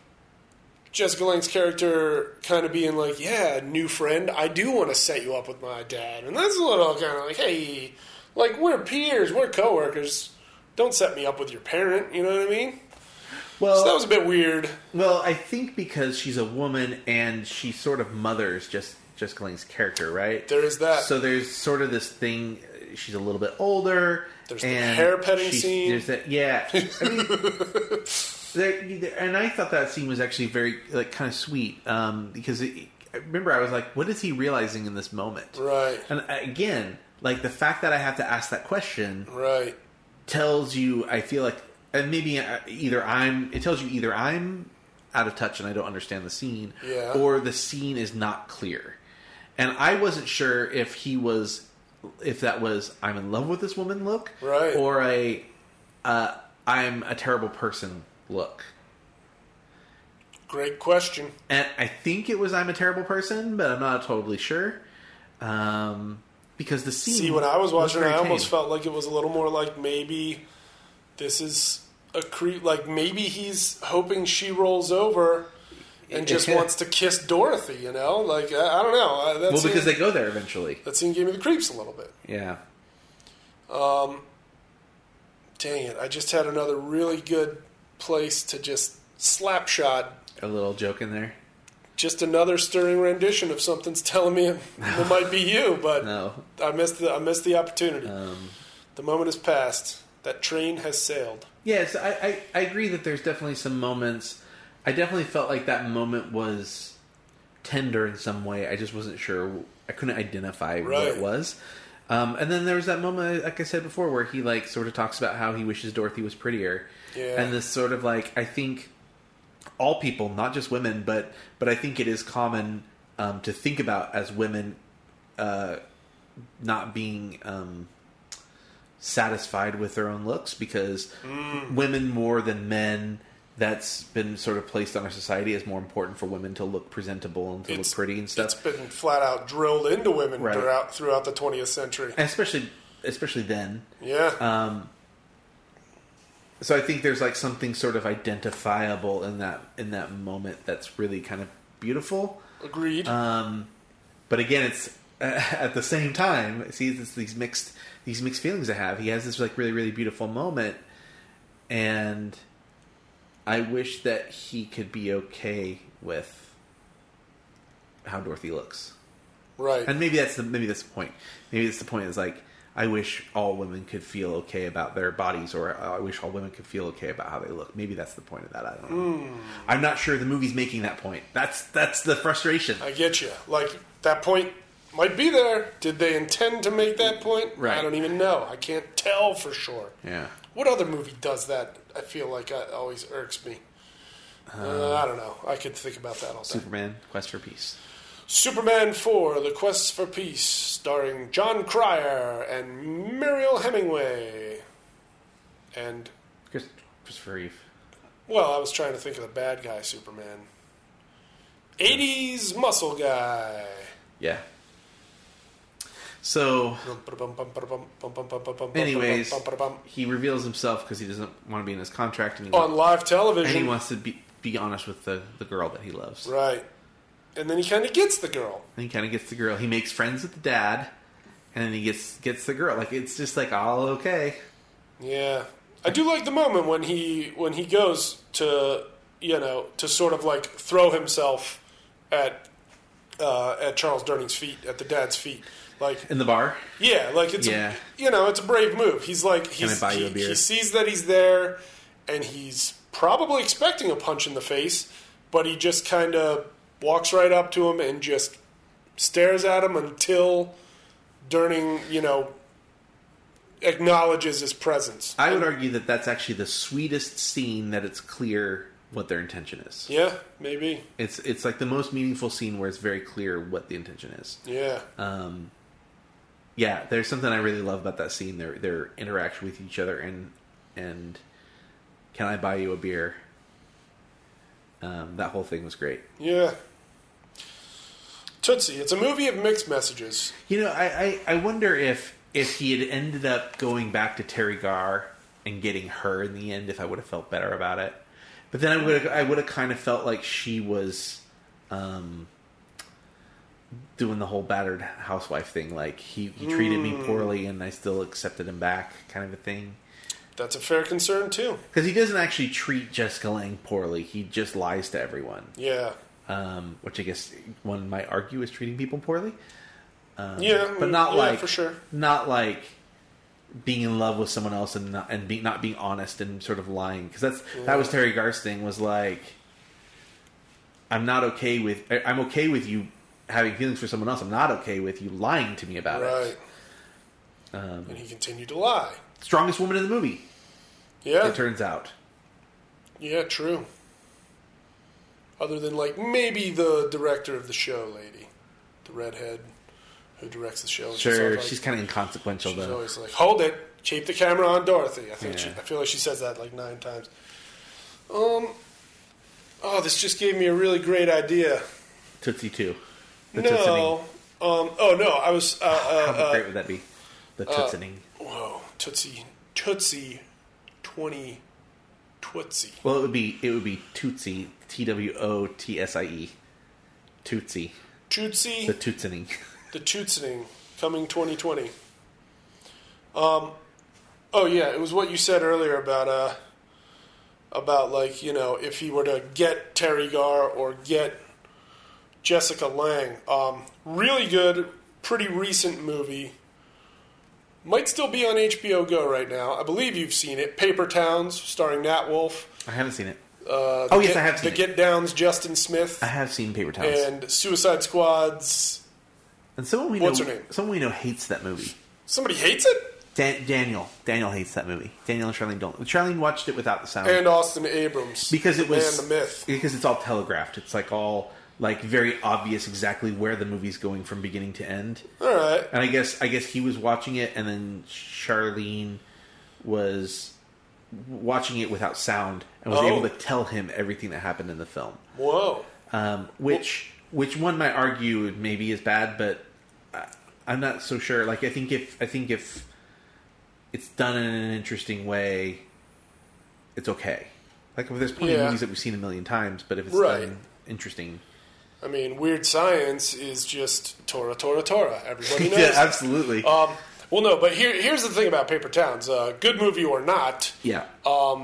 S4: Jessica Lang's character kind of being like, "Yeah, new friend, I do want to set you up with my dad," and that's a little kind of like, "Hey, like we're peers, we're coworkers. Don't set me up with your parent." You know what I mean?
S3: Well,
S4: So that was a bit weird.
S3: well, I think because she's a woman and she sort of mothers just Jessica Lang's character, right?
S4: There is that.
S3: So there's sort of this thing. uh, She's a little bit older.
S4: There's the
S3: and
S4: hair petting
S3: she's-
S4: scene.
S3: There's that. Yeah. I mean, there, and I thought that scene was actually very like kind of sweet um, because it, I remember I was like, what is he realizing in this moment?
S4: Right.
S3: And I- again, like the fact that I have to ask that question
S4: right.
S3: tells you I feel like and maybe I- either I'm it tells you either I'm out of touch and I don't understand the scene
S4: Yeah.
S3: or the scene is not clear. And I wasn't sure if he was if that was I'm in love with this woman look
S4: Right.
S3: or a uh, I'm a terrible person look.
S4: Great question.
S3: And I think it was I'm a terrible person, but I'm not totally sure. Um because the scene
S4: See, when I was watching,
S3: Hmm. very
S4: I almost
S3: tame.
S4: felt like it was a little more like maybe this is a creep. Like maybe he's hoping she rolls over and just wants to kiss Dorothy. You know, like I, I don't know. I, that
S3: well because
S4: scene-
S3: they go there eventually.
S4: that scene gave me the creeps a little bit.
S3: Yeah.
S4: Dang it! I just had another really good place to just slap shot
S3: A little joke in there.
S4: just another stirring rendition of something's telling me it, it might be you, but
S3: No.
S4: I missed the I missed the opportunity.
S3: Um,
S4: the moment has passed. That train has sailed.
S3: Yes, I, I, I agree that there's definitely some moments. I definitely felt like that moment was tender in some way. I just wasn't sure. I couldn't identify what
S4: Right.
S3: it was. Um, and then there was that moment, like I said before, where he like sort of talks about how he wishes Dorothy was prettier.
S4: Yeah.
S3: And this sort of like I think all people, not just women, but but I think it is common um, to think about as women uh, not being um, satisfied with their own looks because
S4: Mm.
S3: women more than men. That's been sort of placed on our society as more important for women to look presentable and to look pretty and
S4: It's
S3: stuff,
S4: been flat out drilled into women
S3: Right.
S4: throughout throughout the 20th century.
S3: And uh, especially especially then.
S4: Yeah,
S3: So I think there's like something sort of identifiable in that in that moment that's really kind of beautiful.
S4: agreed.
S3: uh, but again it's uh, at the same time see it's these mixed these mixed feelings i have he has this like really really beautiful moment and i wish that he could be okay with how dorothy looks
S4: right.
S3: and maybe that's the maybe that's the point maybe that's the point is like i wish all women could feel okay about their bodies or uh, i wish all women could feel okay about how they look maybe that's the point of that i don't know i'm not sure the movie's making that point that's that's the frustration
S4: I get you. Like that point might be there. Did they intend to make that point?
S3: Right.
S4: I don't even know. I can't tell for sure.
S3: yeah
S4: What other movie does that? I feel like it always irks me. Uh, I don't know. I could think about that all day.
S3: Superman Quest for Peace.
S4: Superman 4 The Quest for Peace, starring John Cryer and Muriel Hemingway. And,
S3: Chris, Christopher Reeve.
S4: well, I was trying to think of the bad guy, Superman. 80s muscle guy.
S3: Yeah. So, anyways, he reveals himself because he doesn't want to be in his contract, and he,
S4: On live television.
S3: and he wants to be, be honest with the, the girl that he loves.
S4: Right. And then he kind of gets the girl.
S3: And he kind of gets the girl. He makes friends with the dad, and then he gets gets the girl. Like it's just like all okay.
S4: Yeah, I do like the moment when he when he goes to you know to sort of like throw himself at uh, at Charles Durning's feet at the dad's feet. Like
S3: In the bar,
S4: yeah, like it's
S3: Yeah.
S4: a, you know it's a brave move. He's like he's,
S3: buy you a
S4: he,
S3: beer?
S4: he sees that he's there and he's probably expecting a punch in the face, but he just kind of walks right up to him and just stares at him until Durning you know acknowledges his presence.
S3: I would argue that that's actually the sweetest scene that it's clear what their intention is.
S4: Yeah, maybe.
S3: It's it's like the most meaningful scene where it's very clear what the intention is.
S4: Yeah.
S3: um, yeah, there's something I really love about that scene. Their their interaction with each other and and can I buy you a beer? Um, that whole thing was great.
S4: yeah. Tootsie, it's a movie of mixed messages.
S3: You know, I, I, I wonder if if he had ended up going back to Terry Garr and getting her in the end, if I would have felt better about it. But then I would I would have kind of felt like she was um, doing the whole battered housewife thing, like he, he treated me poorly and I still accepted him back, kind of a thing.
S4: That's a fair concern, too.
S3: Because he doesn't actually treat Jessica Lang poorly; he just lies to everyone,
S4: Yeah.
S3: um, which I guess one might argue is treating people poorly.
S4: yeah.
S3: Uh, but not
S4: Oh, yeah,
S3: like
S4: For sure.
S3: not like being in love with someone else and not and be, not being honest and sort of lying because that's that was Terry Gar's thing was like I'm not okay with I- I'm okay with you having feelings for someone else I'm not okay with you lying to me about
S4: Right.
S3: it Um,
S4: and he continued to lie.
S3: strongest woman in the movie
S4: Yeah.
S3: it turns out
S4: yeah, true. Other than, like, maybe the director of the show lady, the redhead who directs the show.
S3: sure
S4: always
S3: she's
S4: like,
S3: kind of inconsequential
S4: she's
S3: though
S4: always like, hold it. Keep the camera on Dorothy. I think she,
S3: Yeah.
S4: I feel like she says that like nine times. Um, oh, this just gave me a really great idea.
S3: Tootsie too the
S4: No. Um, oh no, I was. Uh,
S3: how
S4: uh,
S3: great would that be the tootsieing
S4: uh, whoa, Tootsie, Tootsie, twenty, Tootsie.
S3: well it would be it would be tootsie T W O T S I E tootsie
S4: Tootsie,
S3: the tootsieing
S4: the Tootsieing, coming twenty twenty. Um. Oh yeah, it was what you said earlier about uh, about like you know if he were to get Terry Gar or get Jessica Lang. Um, really good, pretty recent movie. Might still be on HBO Go right now. I believe you've seen it. Paper Towns, starring Nat Wolf.
S3: I haven't seen it.
S4: Uh,
S3: Oh,
S4: The
S3: yes, I have seen
S4: The
S3: it.
S4: Get Downs, Justin Smith,
S3: I have seen Paper Towns. And,
S4: and Suicide Squad's.
S3: someone we
S4: what's
S3: know,
S4: her name?
S3: someone we know hates that movie.
S4: Somebody hates it?
S3: Dan- Daniel, Daniel hates that movie. Daniel and Charlene don't. Charlene watched it without the sound
S4: And Austin Abrams.
S3: Oh. because it
S4: The
S3: was
S4: Man, the myth.
S3: Because it's all telegraphed. It's like all like very obvious exactly where the movie's going from beginning to end.
S4: All right.
S3: And I guess I guess he was watching it, and then Charlene was watching it without sound and was
S4: Oh.
S3: able to tell him everything that happened in the film.
S4: Whoa.
S3: Um, which which one might argue maybe is bad, but I, I'm not so sure. Like I think if I think if it's done in an interesting way, it's okay. Like there's plenty of
S4: Yeah.
S3: movies that we've seen a million times, but if it's
S4: Right.
S3: done interesting,
S4: I mean, Weird Science is just Tora, Tora, Tora. Everybody knows.
S3: yeah, absolutely,
S4: Um, well, no, but here, here's the thing about Paper Towns. Uh, good movie or not,
S3: yeah,
S4: uh,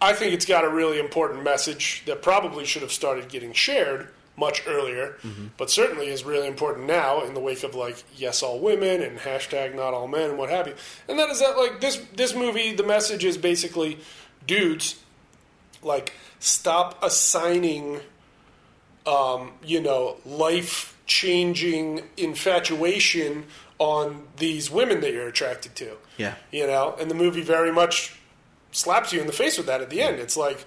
S4: I think it's got a really important message that probably should have started getting shared much earlier, but certainly is really important now in the wake of like yes all women and hashtag not all men and what have you. And that is that like this this movie, the message is basically, dudes, like stop assigning um, you know, life changing infatuation on these women that you're attracted to.
S3: Yeah.
S4: You know, and the movie very much slaps you in the face with that at the end. It's like,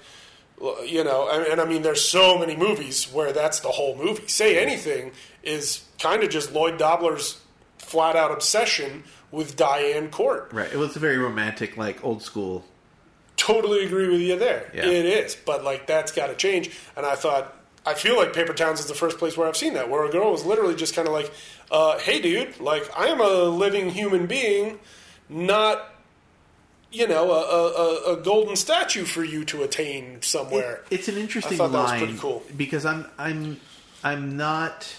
S4: l- you know, and, and I mean, there's so many movies where that's the whole movie. Say Anything is kind of just Lloyd Dobler's flat out obsession with Diane Court.
S3: right. It was a very romantic, like old school
S4: Totally agree with you there.
S3: Yeah.
S4: It is, but like that's got to change. And I thought, I feel like Paper Towns is the first place where I've seen that, where a girl was literally just kind of like, uh, "Hey, dude, like I am a living human being, not." You know, a, a, a- a golden statue for you to attain somewhere.
S3: It- it's an interesting
S4: I thought that was
S3: line
S4: pretty cool.
S3: because I'm I'm I'm not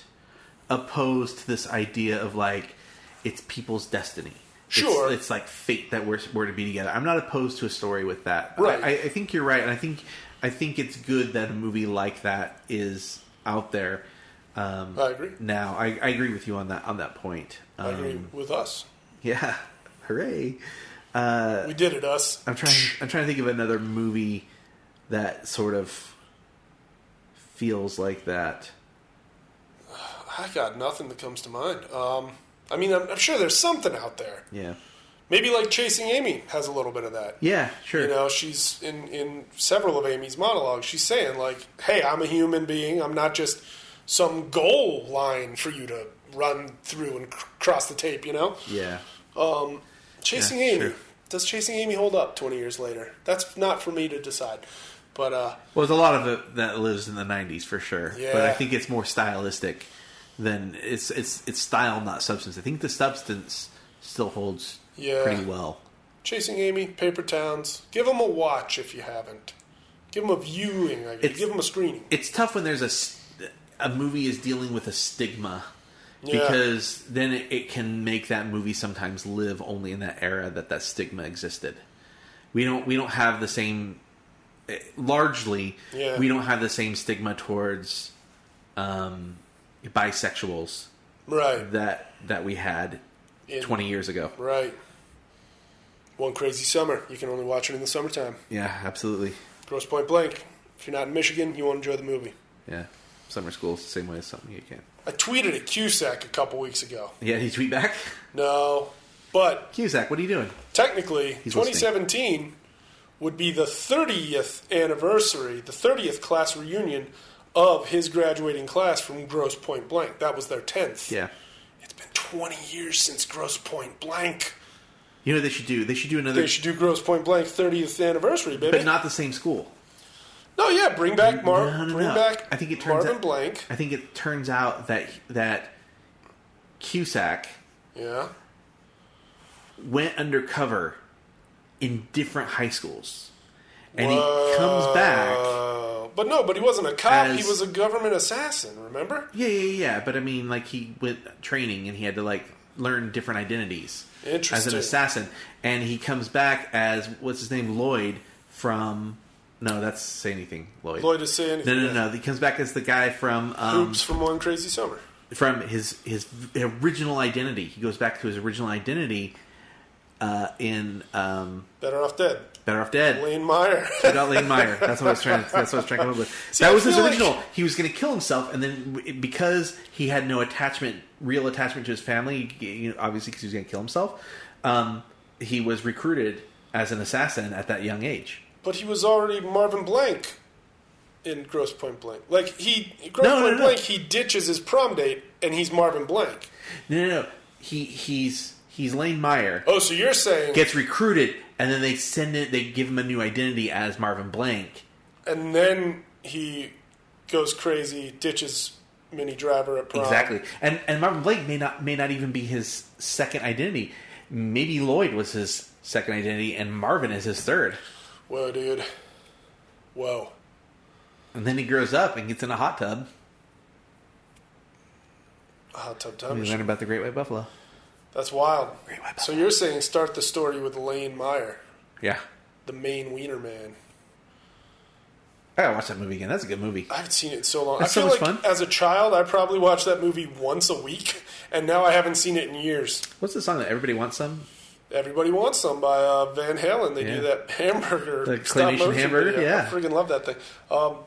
S3: opposed to this idea of like it's people's destiny. It's-
S4: Sure.
S3: it's, like fate that we're we're to be together. I'm not opposed to a story with that.
S4: Right.
S3: I, I think you're right, and I think I think it's good that a movie like that is out there. Um,
S4: I agree.
S3: Now, I, I agree with you on that on that point. Um,
S4: I agree with us.
S3: Yeah, hooray!
S4: we did it, us.
S3: uh, I'm trying. I'm trying to think of another movie that sort of feels like that.
S4: I got nothing that comes to mind. Um, I mean, I'm, I'm sure there's something out there.
S3: Yeah.
S4: Maybe like Chasing Amy has a little bit of that.
S3: Yeah. Sure.
S4: You know, she's in in several of Amy's monologues. She's saying like, "Hey, I'm a human being. I'm not just some goal line for you to run through and cr- cross the tape." You know,
S3: yeah.
S4: Chasing
S3: Yeah,
S4: Amy.
S3: sure.
S4: Does Chasing Amy hold up 20 years later? That's not for me to decide. But uh,
S3: Well, there's a lot of it that lives in the '90s for sure.
S4: Yeah.
S3: But I think it's more stylistic than it's it's it's style, not substance. I think the substance still holds
S4: Yeah.
S3: pretty well.
S4: Chasing Amy, Paper Towns, give them a watch if you haven't. Give them a viewing. I guess.
S3: It's-
S4: Give them a screening.
S3: It's tough when there's a st- a movie is dealing with a stigma.
S4: Yeah.
S3: Because then it, it can make that movie sometimes live only in that era that that stigma existed. We don't we don't have the same eh, largely
S4: Yeah.
S3: we don't have the same stigma towards um, bisexuals
S4: Right.
S3: that that we had
S4: In-
S3: 20 years ago.
S4: Right. One crazy summer. You can only watch it in the summertime.
S3: Yeah, absolutely.
S4: Gross Point Blank. If you're not in Michigan, you won't enjoy the movie.
S3: Yeah. Summer school's the same way as something you can.
S4: I tweeted at Cusack a couple weeks ago.
S3: Yeah, did you tweet back?
S4: No, but
S3: Cusack, what are you doing?
S4: technically,
S3: He's
S4: 2017 would be the 30th anniversary, the 30th class reunion of his graduating class from Gross Point Blank. That was their 10th.
S3: Yeah.
S4: It's been 20 years since Gross Point Blank.
S3: You know what they should do? They should do another
S4: They should do Gross Point Blank 30th anniversary, baby.
S3: but not the same school.
S4: no, yeah, bring back Mar-
S3: No, no,
S4: bring
S3: no.
S4: back
S3: I think it turns
S4: Marvin
S3: out-
S4: Blank.
S3: I think it turns out that that Cusack
S4: Yeah.
S3: went undercover in different high schools. And he
S4: Whoa.
S3: comes back.
S4: Uh, But no, but he wasn't a cop.
S3: As-
S4: He was a government assassin. Remember?
S3: Yeah, yeah, yeah, but I mean like he went training and he had to like learn different identities as
S4: Interesting.
S3: an assassin and he comes back as what's his name Lloyd from No, that's say anything, Lloyd.
S4: Lloyd is saying
S3: No, no, no. He comes back as the guy from um,
S4: Hoops from One Crazy Summer.
S3: from his his original identity. He goes back to his original identity uh, in um,
S4: Better off dead.
S3: Better Off Dead.
S4: Lane Meyer.
S3: Without Lane Meyer. That's what I was trying. That's what I was trying to come up with.
S4: See,
S3: that
S4: I
S3: was his
S4: feel like-
S3: original. He was going to kill himself, and then w- because he had no attachment, real attachment to his family, you know, obviously because he was going to kill himself, um, he was recruited as an assassin at that young age.
S4: but he was already Marvin Blank in Gross Point Blank. Like he Gross
S3: No, no,
S4: Point
S3: no.
S4: Blank, he ditches his prom date and he's Marvin Blank.
S3: No, no, no. He he's he's Lane Meyer
S4: Oh, so you're saying
S3: gets recruited, and then they send it. They give him a new identity as Marvin Blank.
S4: and then he goes crazy, ditches Minnie Driver at prom.
S3: Exactly, and and Marvin Blake may not may not even be his second identity. Maybe Lloyd was his second identity, and Marvin is his third.
S4: Whoa, dude. Whoa.
S3: And then he grows up and gets in a hot tub.
S4: Hot tub
S3: We
S4: time.
S3: learn about the Great White Buffalo.
S4: That's wild.
S3: White
S4: So you're saying start the story with Lane Meyer,
S3: Yeah,
S4: the main wiener man.
S3: I gotta watch that movie again. That's a good movie.
S4: I haven't seen it in so long.
S3: That's
S4: I
S3: so
S4: feel
S3: much
S4: like
S3: fun.
S4: as a child, I probably watched that movie once a week, and now I haven't seen it in years.
S3: What's the song that everybody wants? Some
S4: Everybody Wants Some by uh, Van Halen. They
S3: Yeah.
S4: do that hamburger,
S3: The
S4: stop
S3: claymation
S4: motion
S3: hamburger,
S4: video.
S3: yeah.
S4: I freaking love that thing. Um,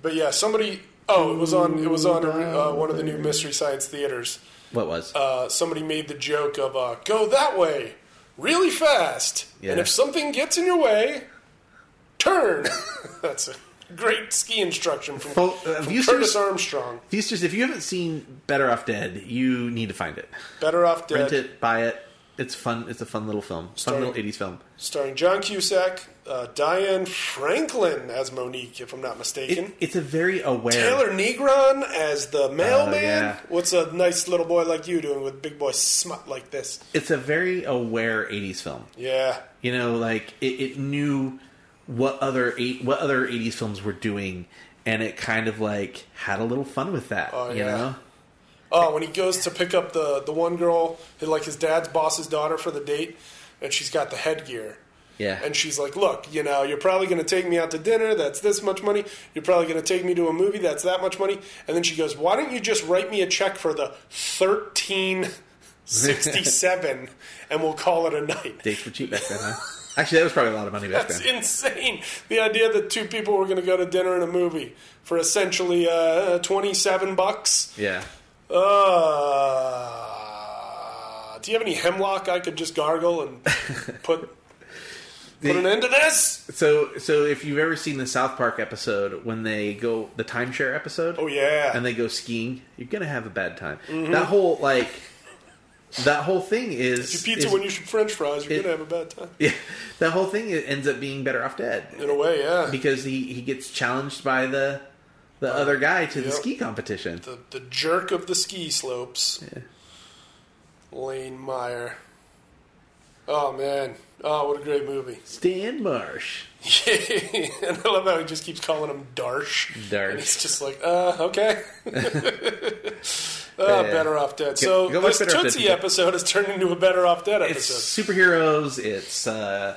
S4: but yeah, somebody. Oh, it was on. It was on uh, one of the new Mystery Science theaters.
S3: what was?
S4: Uh, somebody made the joke of uh, "Go that way, really fast, and
S3: Yeah.
S4: if something gets in your way, turn." That's a great ski instruction from,
S3: Well, uh,
S4: from
S3: you
S4: Curtis
S3: seriously-
S4: Armstrong.
S3: These just if you haven't seen Better Off Dead, you need to find it,
S4: Better off dead.
S3: rent it, buy it. It's fun. It's a fun little film.
S4: Starring-
S3: Fun little '80s film.
S4: starring John Cusack, uh, Diane Franklin as Monique, if I'm not mistaken.
S3: It, it's a very aware.
S4: Taylor Negron as the mailman.
S3: Oh, yeah.
S4: What's a nice little boy like you doing with big boy smut like this?
S3: It's a very aware '80s film.
S4: Yeah,
S3: You know, like it, it knew what other eight, what other '80s films were doing, and it kind of like had a little fun with that.
S4: Oh,
S3: You
S4: yeah.
S3: know,
S4: Oh, when he goes to pick up the, the one girl, who, like his dad's boss's daughter for the date, and she's got the headgear.
S3: Yeah.
S4: And she's like, Look, you know, you're probably going to take me out to dinner. That's this much money. You're probably going to take me to a movie. That's that much money. And then she goes, Why don't you just write me a check for the 1367 and we'll call it a night?
S3: dates were cheap back then, huh? Actually, that was probably a lot of money back
S4: That's
S3: then.
S4: insane. The idea that two people were going to go to dinner and a movie for essentially uh, 27 bucks.
S3: Yeah.
S4: Uh, do you have any hemlock I could just gargle and put put an end to this?
S3: So, so if you've ever seen the South Park episode when they go the timeshare episode,
S4: Oh yeah. Mm-hmm.
S3: and they go skiing, you're gonna have a bad time. That whole like, that whole thing is
S4: If you pizza
S3: is-
S4: when you should French fries, you're
S3: it-
S4: gonna have a bad time.
S3: yeah, that whole thing ends up being better off dead.
S4: In a way, yeah.
S3: because he, he gets challenged by the the other guy to the
S4: yep.
S3: ski competition.
S4: the the jerk of the ski slopes. Lane Meyer. Oh man. Oh, what a great movie.
S3: Stan Marsh.
S4: and I love how he just keeps calling him Darsh.
S3: Darsh.
S4: And he's just like, uh, okay. uh, Better off dead. so
S3: go watch
S4: this
S3: Better Off Dead,
S4: Tootsie
S3: people.
S4: episode has turned into a Better Off Dead
S3: It's
S4: episode.
S3: superheroes. It's uh,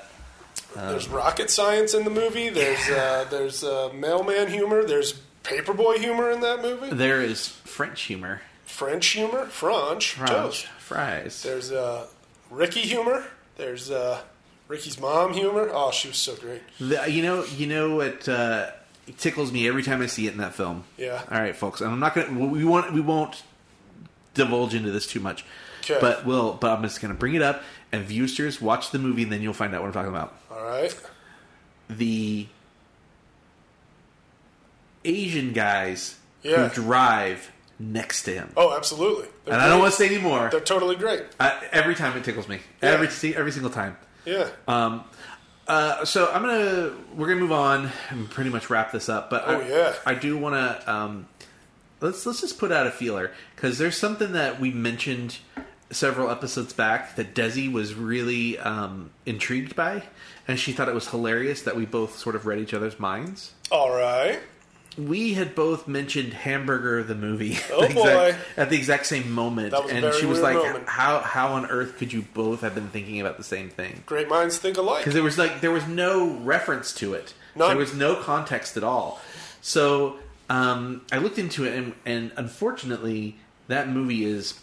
S4: there's rocket science in the movie. There's uh, there's uh, mailman humor. There's paperboy humor in that movie.
S3: there is French humor,
S4: French humor. French.
S3: French
S4: Toast.
S3: fries.
S4: There's uh, Ricky humor. There's uh, Ricky's mom humor. Oh, she was so great.
S3: The- you know, you know what uh, tickles me every time I see it in that film.
S4: Yeah.
S3: All right, folks, and I'm not gonna. We won't. We won't divulge into this too much.
S4: 'Kay.
S3: But we'll. But I'm just gonna bring it up, and viewsters, watch the movie, and then you'll find out what I'm talking about.
S4: All right.
S3: the Asian guys
S4: Yeah.
S3: who drive next to him.
S4: Oh, absolutely. They're
S3: and I don't
S4: great.
S3: want to say any more.
S4: They're totally great.
S3: I, every time it tickles me. Every si- every single time.
S4: Yeah.
S3: Um, uh, so I'm gonna we're gonna move on and pretty much wrap this up. But
S4: Oh,
S3: I,
S4: yeah.
S3: I do want to um, let's let's just put out a feeler because there's something that we mentioned several episodes back that Desi was really um, intrigued by, and she thought it was hilarious that we both sort of read each other's minds.
S4: All right.
S3: we had both mentioned Hamburger the movie.
S4: Oh,
S3: the exact-
S4: boy.
S3: at the exact same moment,
S4: That was a
S3: and
S4: very
S3: she was
S4: weird
S3: like,
S4: moment.
S3: "How how on earth could you both have been thinking about the same thing?"
S4: Great minds think alike.
S3: because there was like there was no reference to it.
S4: None.
S3: There was no context at all. So um, I looked into it, and, and unfortunately, that movie is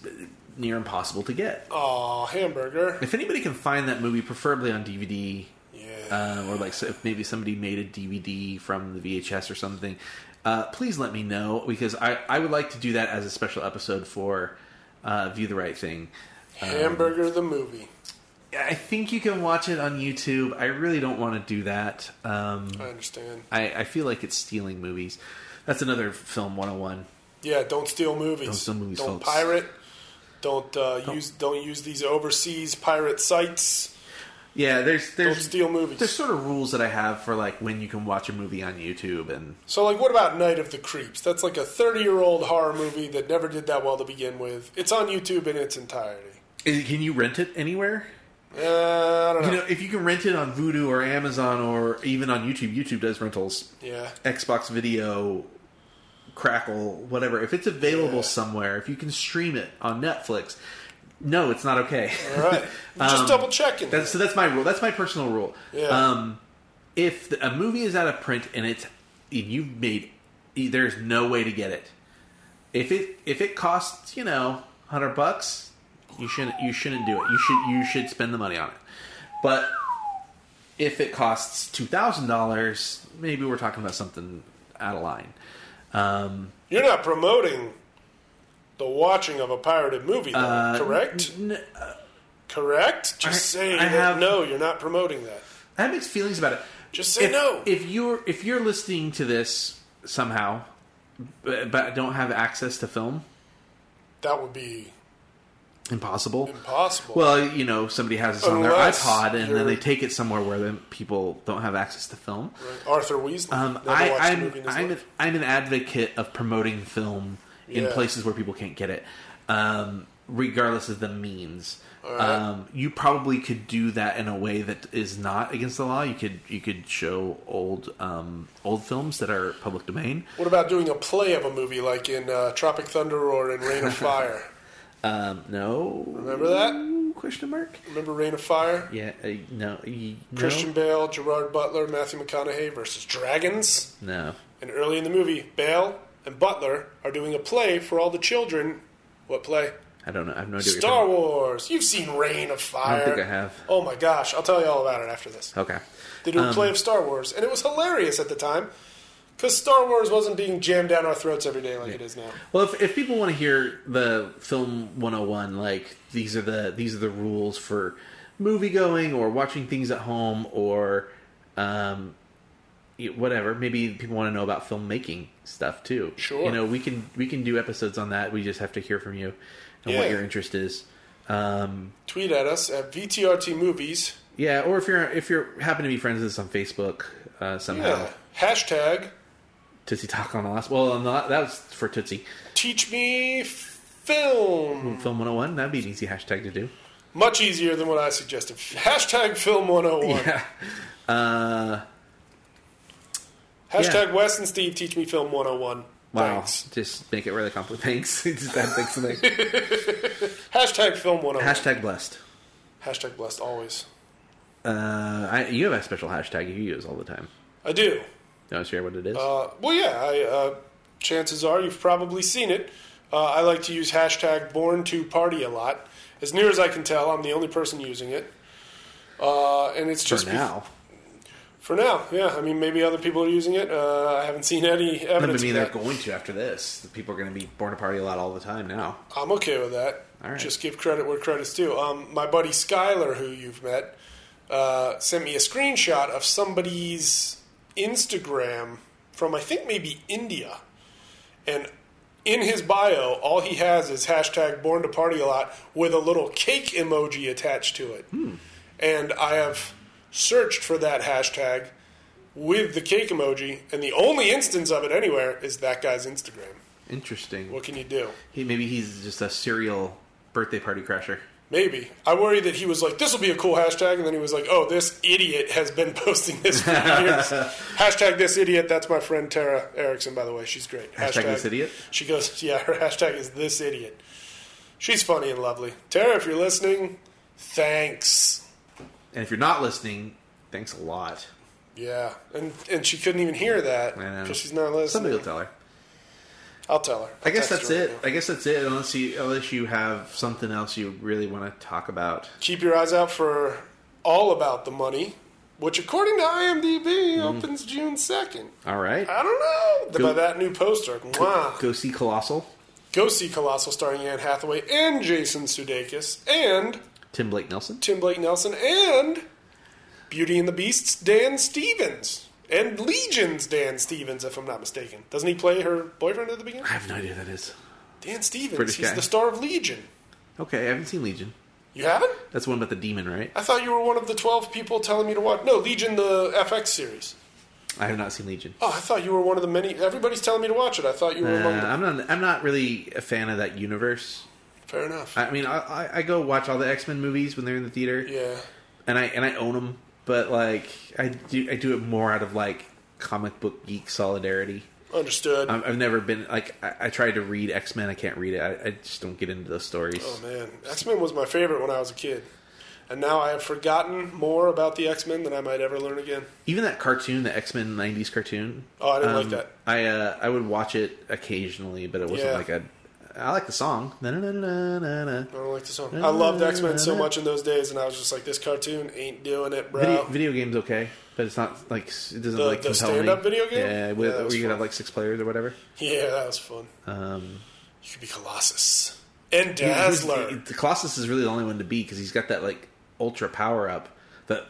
S3: near impossible to get.
S4: Oh. Aw, hamburger.
S3: If anybody can find that movie, preferably on DVD,
S4: Yeah.
S3: uh, or like so if maybe somebody made a DVD from the VHS or something, uh, please let me know because I, I would like to do that as a special episode for uh, View the Right Thing. um,
S4: hamburger the movie.
S3: I think you can watch it on YouTube. I really don't want to do that. Um,
S4: I understand.
S3: I, I feel like it's stealing movies. That's another film 101.
S4: Yeah, don't steal movies.
S3: Don't steal movies,
S4: Don't
S3: folks.
S4: pirate. Don't, uh, use don't use these overseas pirate sites.
S3: Yeah, there's there's
S4: Don't steal movies.
S3: There's sort of rules that I have for like when you can watch a movie on YouTube and
S4: So, like, what about Night of the Creeps? That's like a 30 year old horror movie that never did that well to begin with. It's on YouTube in its entirety.
S3: is, can you rent it anywhere?
S4: Uh, I don't know.
S3: You know, if you can rent it on Vudu or Amazon or even on YouTube, YouTube does rentals.
S4: yeah.
S3: Xbox Video, Crackle, whatever. If it's available
S4: Yeah.
S3: somewhere, if you can stream it on Netflix, no, it's not okay.
S4: All right. Just double checking.
S3: Um, That's, so that's my rule. That's my personal rule.
S4: Yeah.
S3: Um, if the, a movie is out of print and it's and you've made, there's no way to get it. If it if it costs you know hundred bucks, you shouldn't you shouldn't do it. You should you should spend the money on it. But if it costs two thousand dollars, maybe we're talking about something out of line. Um,
S4: You're not promoting the watching of a pirated movie, though, correct?
S3: Uh, n- uh,
S4: correct? Just
S3: I-
S4: say
S3: I
S4: that
S3: have-
S4: no, you're not promoting that.
S3: I have mixed feelings about it.
S4: Just say
S3: if,
S4: no.
S3: If you're if you're listening to this somehow, but, but don't have access to film,
S4: That would be
S3: impossible.
S4: impossible.
S3: Well, you know, somebody has this on their
S4: Unless
S3: iPod, and then
S4: you're-
S3: they take it somewhere where then people don't have access to film.
S4: Right. Arthur Weasley.
S3: Um,
S4: Never
S3: I,
S4: watched a
S3: I'm
S4: movie in his
S3: I'm, an,
S4: life.
S3: I'm an advocate of promoting film in
S4: Yeah.
S3: places where people can't get it, um, regardless of the means.
S4: right.
S3: Um, you probably could do that in a way that is not against the law. You could you could show old um, old films that are public domain.
S4: What about doing a play of a movie like in uh, Tropic Thunder or in Rain of Fire?
S3: Um, no,
S4: Remember that?
S3: question mark?
S4: Remember Rain of Fire?
S3: Yeah, uh, no, y- no,
S4: Christian Bale, Gerard Butler, Matthew McConaughey versus dragons.
S3: no.
S4: And early in the movie, Bale and Butler are doing a play for all the children. What play?
S3: I don't know. I have no idea. what you're
S4: Star
S3: talking-
S4: Wars. You've seen Rain of Fire.
S3: think I have.
S4: Oh my gosh! I'll tell you all about it after this.
S3: Okay. um,
S4: They did a play of Star Wars, and it was hilarious at the time because Star Wars wasn't being jammed down our throats every day like it is now.
S3: Well, if, if people want to hear the film 101, like these are the these are the rules for movie going or watching things at home or um, y- whatever. Maybe people want to know about filmmaking stuff too.
S4: Sure.
S3: you know we can we can do episodes on that. We just have to hear from you and
S4: Yeah.
S3: what your interest is. Um,
S4: Tweet at us at VTRT Movies.
S3: yeah, or if you're if you're happen to be friends with us on Facebook uh, somehow,
S4: Yeah. Hashtag
S3: Tootsie Talk on the last. Well, on the, la- that was for Tootsie
S4: Teach Me Film.
S3: Film 101. That'd be an easy hashtag to do.
S4: Much easier than what I suggested. Hashtag Film 101.
S3: Yeah. Uh,
S4: Hashtag
S3: Yeah.
S4: Wes and Steve Teach Me Film
S3: Wow.
S4: 101. Thanks.
S3: Just make it really complicated. Thanks. Just add thanks to the-
S4: Hashtag Film 101. Hashtag,
S3: hashtag blessed.
S4: blessed always.
S3: Uh, I, you have a special hashtag you use all the time.
S4: I
S3: You
S4: do.
S3: want to share what it is?
S4: Uh, well, yeah, I, uh, chances are you've probably seen it. Uh, I like to use hashtag born to party a lot. As near as I can tell, I'm the only person using it. Uh, and it's
S3: For
S4: just bef-
S3: now.
S4: For now, yeah. I mean, maybe other people are using it. Uh, I haven't seen any
S3: I
S4: evidence.
S3: mean,
S4: of
S3: they're
S4: that.
S3: going to after this. The People are going to be born to party a lot all the time now.
S4: I'm okay with that.
S3: All right.
S4: Just give credit where credit's due. Um, my buddy Skyler, who you've met, uh, sent me a screenshot of somebody's Instagram from I think maybe India, and in his bio, all he has is hashtag Born to Party a lot with a little cake emoji attached to it.
S3: Hmm.
S4: And I have searched for that hashtag with the cake emoji, and the only instance of it anywhere is that guy's Instagram.
S3: Interesting.
S4: What can you do?
S3: He, maybe he's just a serial birthday party crasher.
S4: Maybe. I worry that he was like, this will be a cool hashtag. And then he was like, oh, this idiot has been posting this for years. hashtag this idiot. That's my friend Tara Erickson, by the way. She's great.
S3: Hashtag this idiot?
S4: She goes, yeah, her hashtag is this idiot. She's funny and lovely. Tara, if you're listening, thanks.
S3: And if you're not listening, thanks a lot.
S4: Yeah. And and she couldn't even hear that
S3: I know.
S4: because she's not listening.
S3: Somebody will tell her.
S4: I'll tell her.
S3: I guess that's
S4: Text her right
S3: it.
S4: now.
S3: I guess that's it. Unless you, unless you have something else you really want to talk about.
S4: keep your eyes out for All About the Money, which, according to IMDb,
S3: Mm-hmm.
S4: opens June 2nd.
S3: All right.
S4: I don't know.
S3: Go-
S4: By that new poster. Mwah.
S3: Go see Colossal.
S4: Go see Colossal starring Anne Hathaway and Jason Sudeikis and
S3: Tim Blake Nelson.
S4: Tim Blake Nelson and Beauty and the Beast's Dan Stevens. And Legion's Dan Stevens, if I'm not mistaken. Doesn't he play her boyfriend at the beginning?
S3: I have no idea who that is.
S4: Dan Stevens.
S3: British
S4: he's
S3: guy.
S4: the star of Legion.
S3: Okay, I haven't seen Legion.
S4: You haven't?
S3: That's the one about the demon, right?
S4: I thought you were one of the 12 people telling me to watch. No, Legion, the FX series.
S3: I have not seen Legion.
S4: Oh, I thought you were one of the many. Everybody's telling me to watch it. I thought you
S3: Uh,
S4: were among them.
S3: I'm not. I'm not really a fan of that universe.
S4: Fair enough.
S3: I mean, I, I, I go watch all the X Men movies when they're in the theater,
S4: yeah.
S3: and I and I own them. But like, I do I do it more out of like comic book geek solidarity.
S4: Understood.
S3: I've, I've never been like I, I tried to read X Men. I can't read it. I, I just don't get into those stories.
S4: Oh man, X Men was my favorite when I was a kid, and now I have forgotten more about the X Men than I might ever learn again.
S3: Even that cartoon, the X Men '90s cartoon.
S4: Oh, I didn't like that.
S3: I uh, I would watch it occasionally, but it wasn't
S4: Yeah.
S3: like a. I like the song. Na-na-na-na-na-na.
S4: I don't like the song. I loved X Men so much in those days, and I was just like, this cartoon ain't doing it, bro.
S3: Video, video games okay, but it's not like s- it doesn't
S4: The-
S3: like
S4: the
S3: compel me.
S4: stand-up video game?
S3: Yeah, with,
S4: Yeah, that
S3: where
S4: was
S3: you could
S4: fun.
S3: have like six players or whatever.
S4: yeah, that was fun.
S3: Um,
S4: You could be Colossus
S3: He's-
S4: and Dazzler.
S3: he- The Colossus is really the only one to beat because he's got that like ultra power up that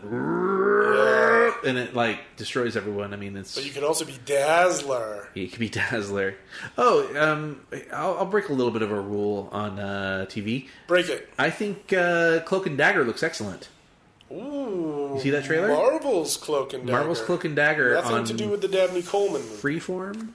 S3: and it like destroys everyone. I mean, it's
S4: but you could also be Dazzler.
S3: it could be Dazzler. Oh, um, I'll, I'll break a little bit of a rule on uh, TV.
S4: Break it.
S3: I think uh, Cloak and Dagger looks excellent.
S4: Ooh. You
S3: see that trailer?
S4: Marvel's Cloak and Dagger.
S3: Marvel's Cloak and Dagger
S4: Nothing
S3: on
S4: to do with the Dabney Coleman movie.
S3: Freeform.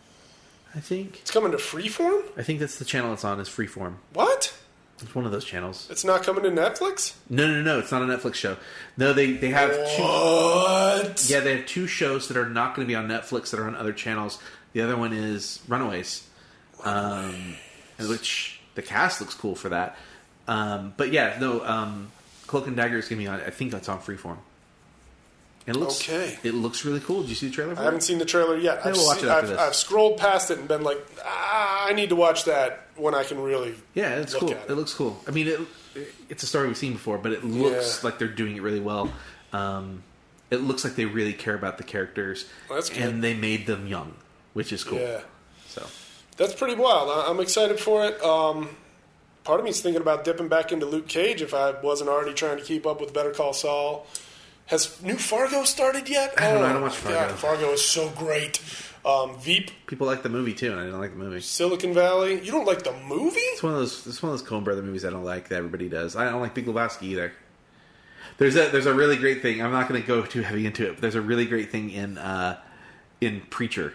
S3: I think.
S4: It's coming to Freeform?
S3: I think that's the channel it's on. Is Freeform.
S4: What?
S3: It's one of those channels.
S4: It's not coming to Netflix?
S3: No, no, no. It's not a Netflix show. No, they they have two.
S4: What?
S3: Yeah, they have two shows that are not going to be on Netflix that are on other channels. The other one is Runaways, um, and which the cast looks cool for that. Um, but yeah, no. Um, Cloak and Dagger is going to be on. I think that's on Freeform. It looks
S4: Okay.
S3: It looks really cool. Did you see the trailer? For
S4: I
S3: it?
S4: haven't seen the trailer yet. I've,
S3: we'll watch
S4: seen-
S3: it after
S4: I've,
S3: this.
S4: I've scrolled past it and been like, ah, I need to watch that when I can really.
S3: Yeah, it's
S4: look
S3: cool.
S4: at
S3: It.
S4: it.
S3: looks cool. I mean, it, it's a story we've seen before, but it looks
S4: Yeah.
S3: like they're doing it really well. Um, it looks like they really care about the characters,
S4: Well, that's good.
S3: and they made them young, which is cool.
S4: Yeah,
S3: So
S4: that's pretty wild. I- I'm excited for it. Um, part of me's thinking about dipping back into Luke Cage if I wasn't already trying to keep up with Better Call Saul. Has new Fargo started yet?
S3: I don't know. I don't
S4: Oh,
S3: watch Fargo.
S4: God, Fargo is so great. Um, Veep,
S3: people like the movie too, and I didn't like the movie. It's
S4: Silicon Valley. You don't like the movie?
S3: one of those. It's one of those Coen Brother movies I don't like that everybody does. I don't like Big Lebowski either. There's a there's a really great thing. I'm not going to go too heavy into it, but there's a really great thing in uh, in Preacher.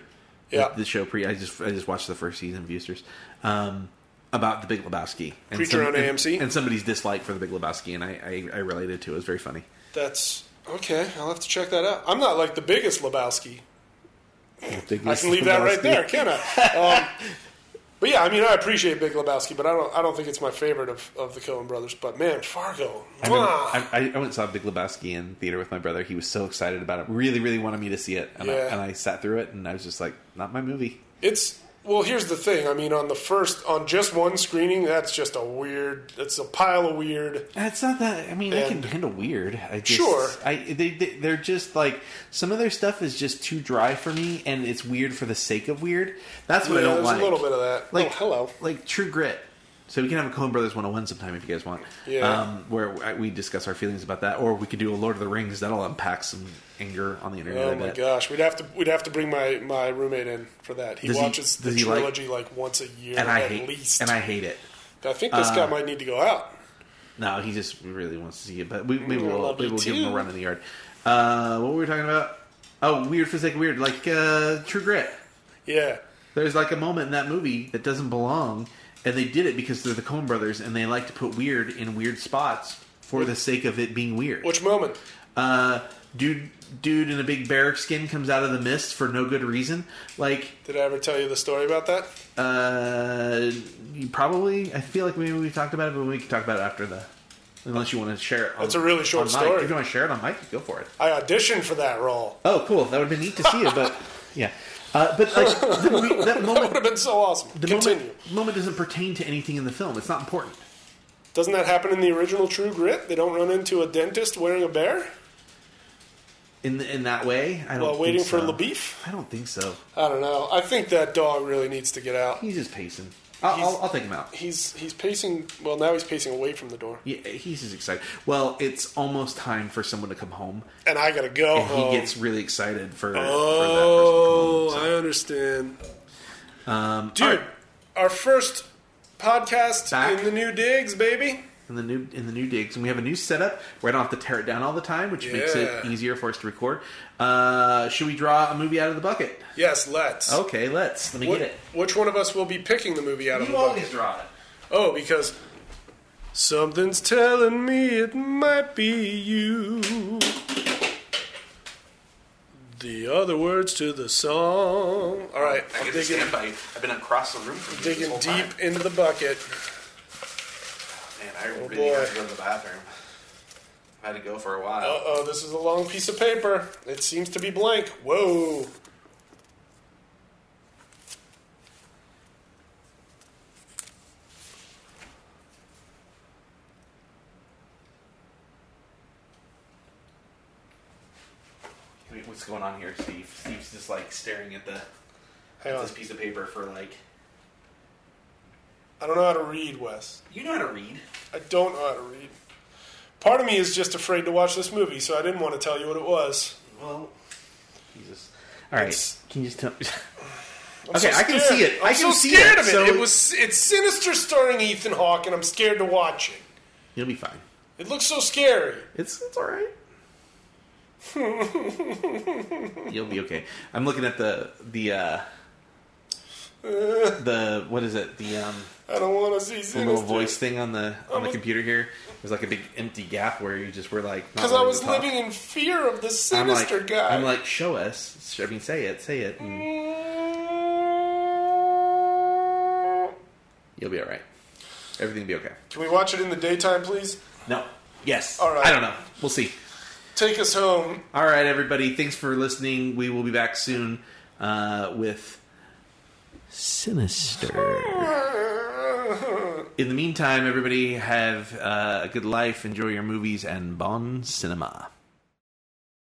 S4: Yeah.
S3: the, the show pre. I just I just watched the first season of Eusters, um, about the Big Lebowski. And
S4: Preacher on
S3: and-
S4: AMC?
S3: and, somebody's dislike for the Big Lebowski, and I, I I related to. it. It was very funny.
S4: That's okay. I'll have to check that out. I'm not like the biggest Lebowski. I
S3: I
S4: can leave that right there, can I? Um, but yeah, I mean, I appreciate Big Lebowski, but I don't. I don't think it's my favorite of, of the Coen Brothers. But man, Fargo.
S3: I, remember,
S4: Mwah!
S3: I, I I went and saw Big Lebowski in theater with my brother. He was so excited about it. Really, really wanted me to see it, and, I,
S4: Yeah.
S3: and I sat through it, and I was just like, "Not my movie."
S4: It's well. Here's the thing. I mean, on the first, on just one screening, that's just a weird. It's a pile of weird.
S3: It's not that. I mean, I can
S4: And-
S3: handle weird. I just,
S4: Sure.
S3: I they, they they're just like some of their stuff is just too dry for me, and it's weird for the sake of weird. That's what
S4: Yeah,
S3: I don't
S4: there's
S3: like.
S4: a little bit of that.
S3: Like
S4: oh, hello.
S3: like True Grit. So we can have a Coen Brothers 101 sometime if you guys want.
S4: Yeah.
S3: Um, where we discuss our feelings about that, or we could do a Lord of the Rings. That'll unpack some anger on the internet.
S4: Oh
S3: I
S4: my
S3: bet.
S4: gosh, we'd have to we'd have to bring my, my roommate in for that. He
S3: Does he-
S4: watches
S3: does
S4: the
S3: he like-
S4: trilogy like, once a year
S3: And I
S4: at
S3: hate.
S4: least.
S3: And I uh, hate it.
S4: I think this guy might need to go out.
S3: No, he just really wants to see it, but we, maybe
S4: Mm, I
S3: we'll,
S4: love
S3: maybe
S4: you
S3: we'll give him
S4: too.
S3: a run in the yard. Uh, what were we talking about? Oh, weird for the sake of weird, like uh, True Grit.
S4: Yeah.
S3: There's like a moment in that movie that doesn't belong, and they did it because they're the Coen Brothers, and they like to put weird in weird spots for the sake of it being weird.
S4: Which moment?
S3: Uh, dude, dude in a big barrack skin comes out of the mist for no good reason. Like,
S4: Did I ever tell you the story about that?
S3: uh, you probably. I feel like maybe we talked about it, but we can talk about it after the. Unless you want to share it. On,
S4: It's a really short
S3: on mic.
S4: story.
S3: If you want to share it on mic, go for it.
S4: I auditioned for that role.
S3: Oh, cool. That would have been neat to see it, but yeah. Uh, but like the, we- that
S4: That would
S3: moment,
S4: have been so awesome.
S3: the
S4: Continue.
S3: moment, moment doesn't pertain to anything in the film. It's not important.
S4: Doesn't that happen in the original True Grit? They don't run into a dentist wearing a bear
S3: in in that way. I don't
S4: while
S3: think
S4: waiting for
S3: so.
S4: LaBeef?
S3: I don't think so.
S4: I don't know. I think that dog really needs to get out.
S3: He's just pacing. I'll,
S4: He's-
S3: I'll, I'll take him out.
S4: He's he's pacing. Well, now he's pacing away from the door,
S3: Yeah, he's just excited. Well, it's almost time for someone to come home,
S4: and I gotta go.
S3: and
S4: home.
S3: he gets really excited for.
S4: Uh-huh. Oh,
S3: for that person to come home, so.
S4: I understand. Dude,
S3: Um, all right.
S4: our first podcast
S3: Back.
S4: in the new digs, baby.
S3: in the new in the new digs, and we have a new setup. where I don't have to tear it down all the time, which makes it
S4: Yeah.
S3: easier for us to record. Uh, should we draw a movie out of the bucket?
S4: Yes, let's.
S3: Okay, let's. Let me
S4: What-
S3: get
S4: Which one of us will be picking the movie out
S3: it.
S4: of
S3: You
S4: the
S3: always
S4: bucket?
S3: draw it.
S4: Oh, because something's telling me it might be you. The other words to the song. All right, I'm digging,
S3: by. I've been across the room from
S4: digging deep into the bucket.
S3: Man, I
S4: really boy. had to
S3: go to the bathroom. I had to go for a while.
S4: Uh oh, this is a long piece of paper. It seems to be blank. Whoa.
S3: Wait, What's going on here, Steve? Steve's just like staring at the
S4: Hang
S3: at
S4: on.
S3: this piece of paper for like.
S4: I don't know how to read, Wes.
S3: You know how to read.
S4: I don't know how to read. Part of me is just afraid to watch this movie, so I didn't want to tell you what it was.
S3: Well, Jesus. All right.
S4: It's-
S3: Can you just tell?
S4: I'm
S3: Okay,
S4: so
S3: I can
S4: scared.
S3: see it. I
S4: I'm
S3: can
S4: so
S3: see it.
S4: scared of it.
S3: So-
S4: it was it's sinister starring Ethan Hawke, and I'm scared to watch it.
S3: You'll be fine.
S4: It looks so scary.
S3: It's it's all right. You'll be okay. I'm looking at the the uh the what is it the um
S4: I don't want to see
S3: the
S4: sinister.
S3: little voice thing on the on the
S4: Almost-
S3: computer here. There's like a big empty gap where you just were like not
S4: Because I
S3: wanting
S4: was
S3: to talk.
S4: living in fear of the
S3: I'm like,
S4: sinister guy.
S3: I'm like, show us. I mean, say it, say it. and You'll be all right. Everything will be okay.
S4: Can we watch it in the daytime, please?
S3: No. Yes.
S4: All right.
S3: I don't know. We'll see.
S4: Take us home.
S3: All right, everybody. Thanks for listening. We will be back soon uh, with Sinister. In the meantime, everybody have uh, a good life. Enjoy your movies and bon cinema.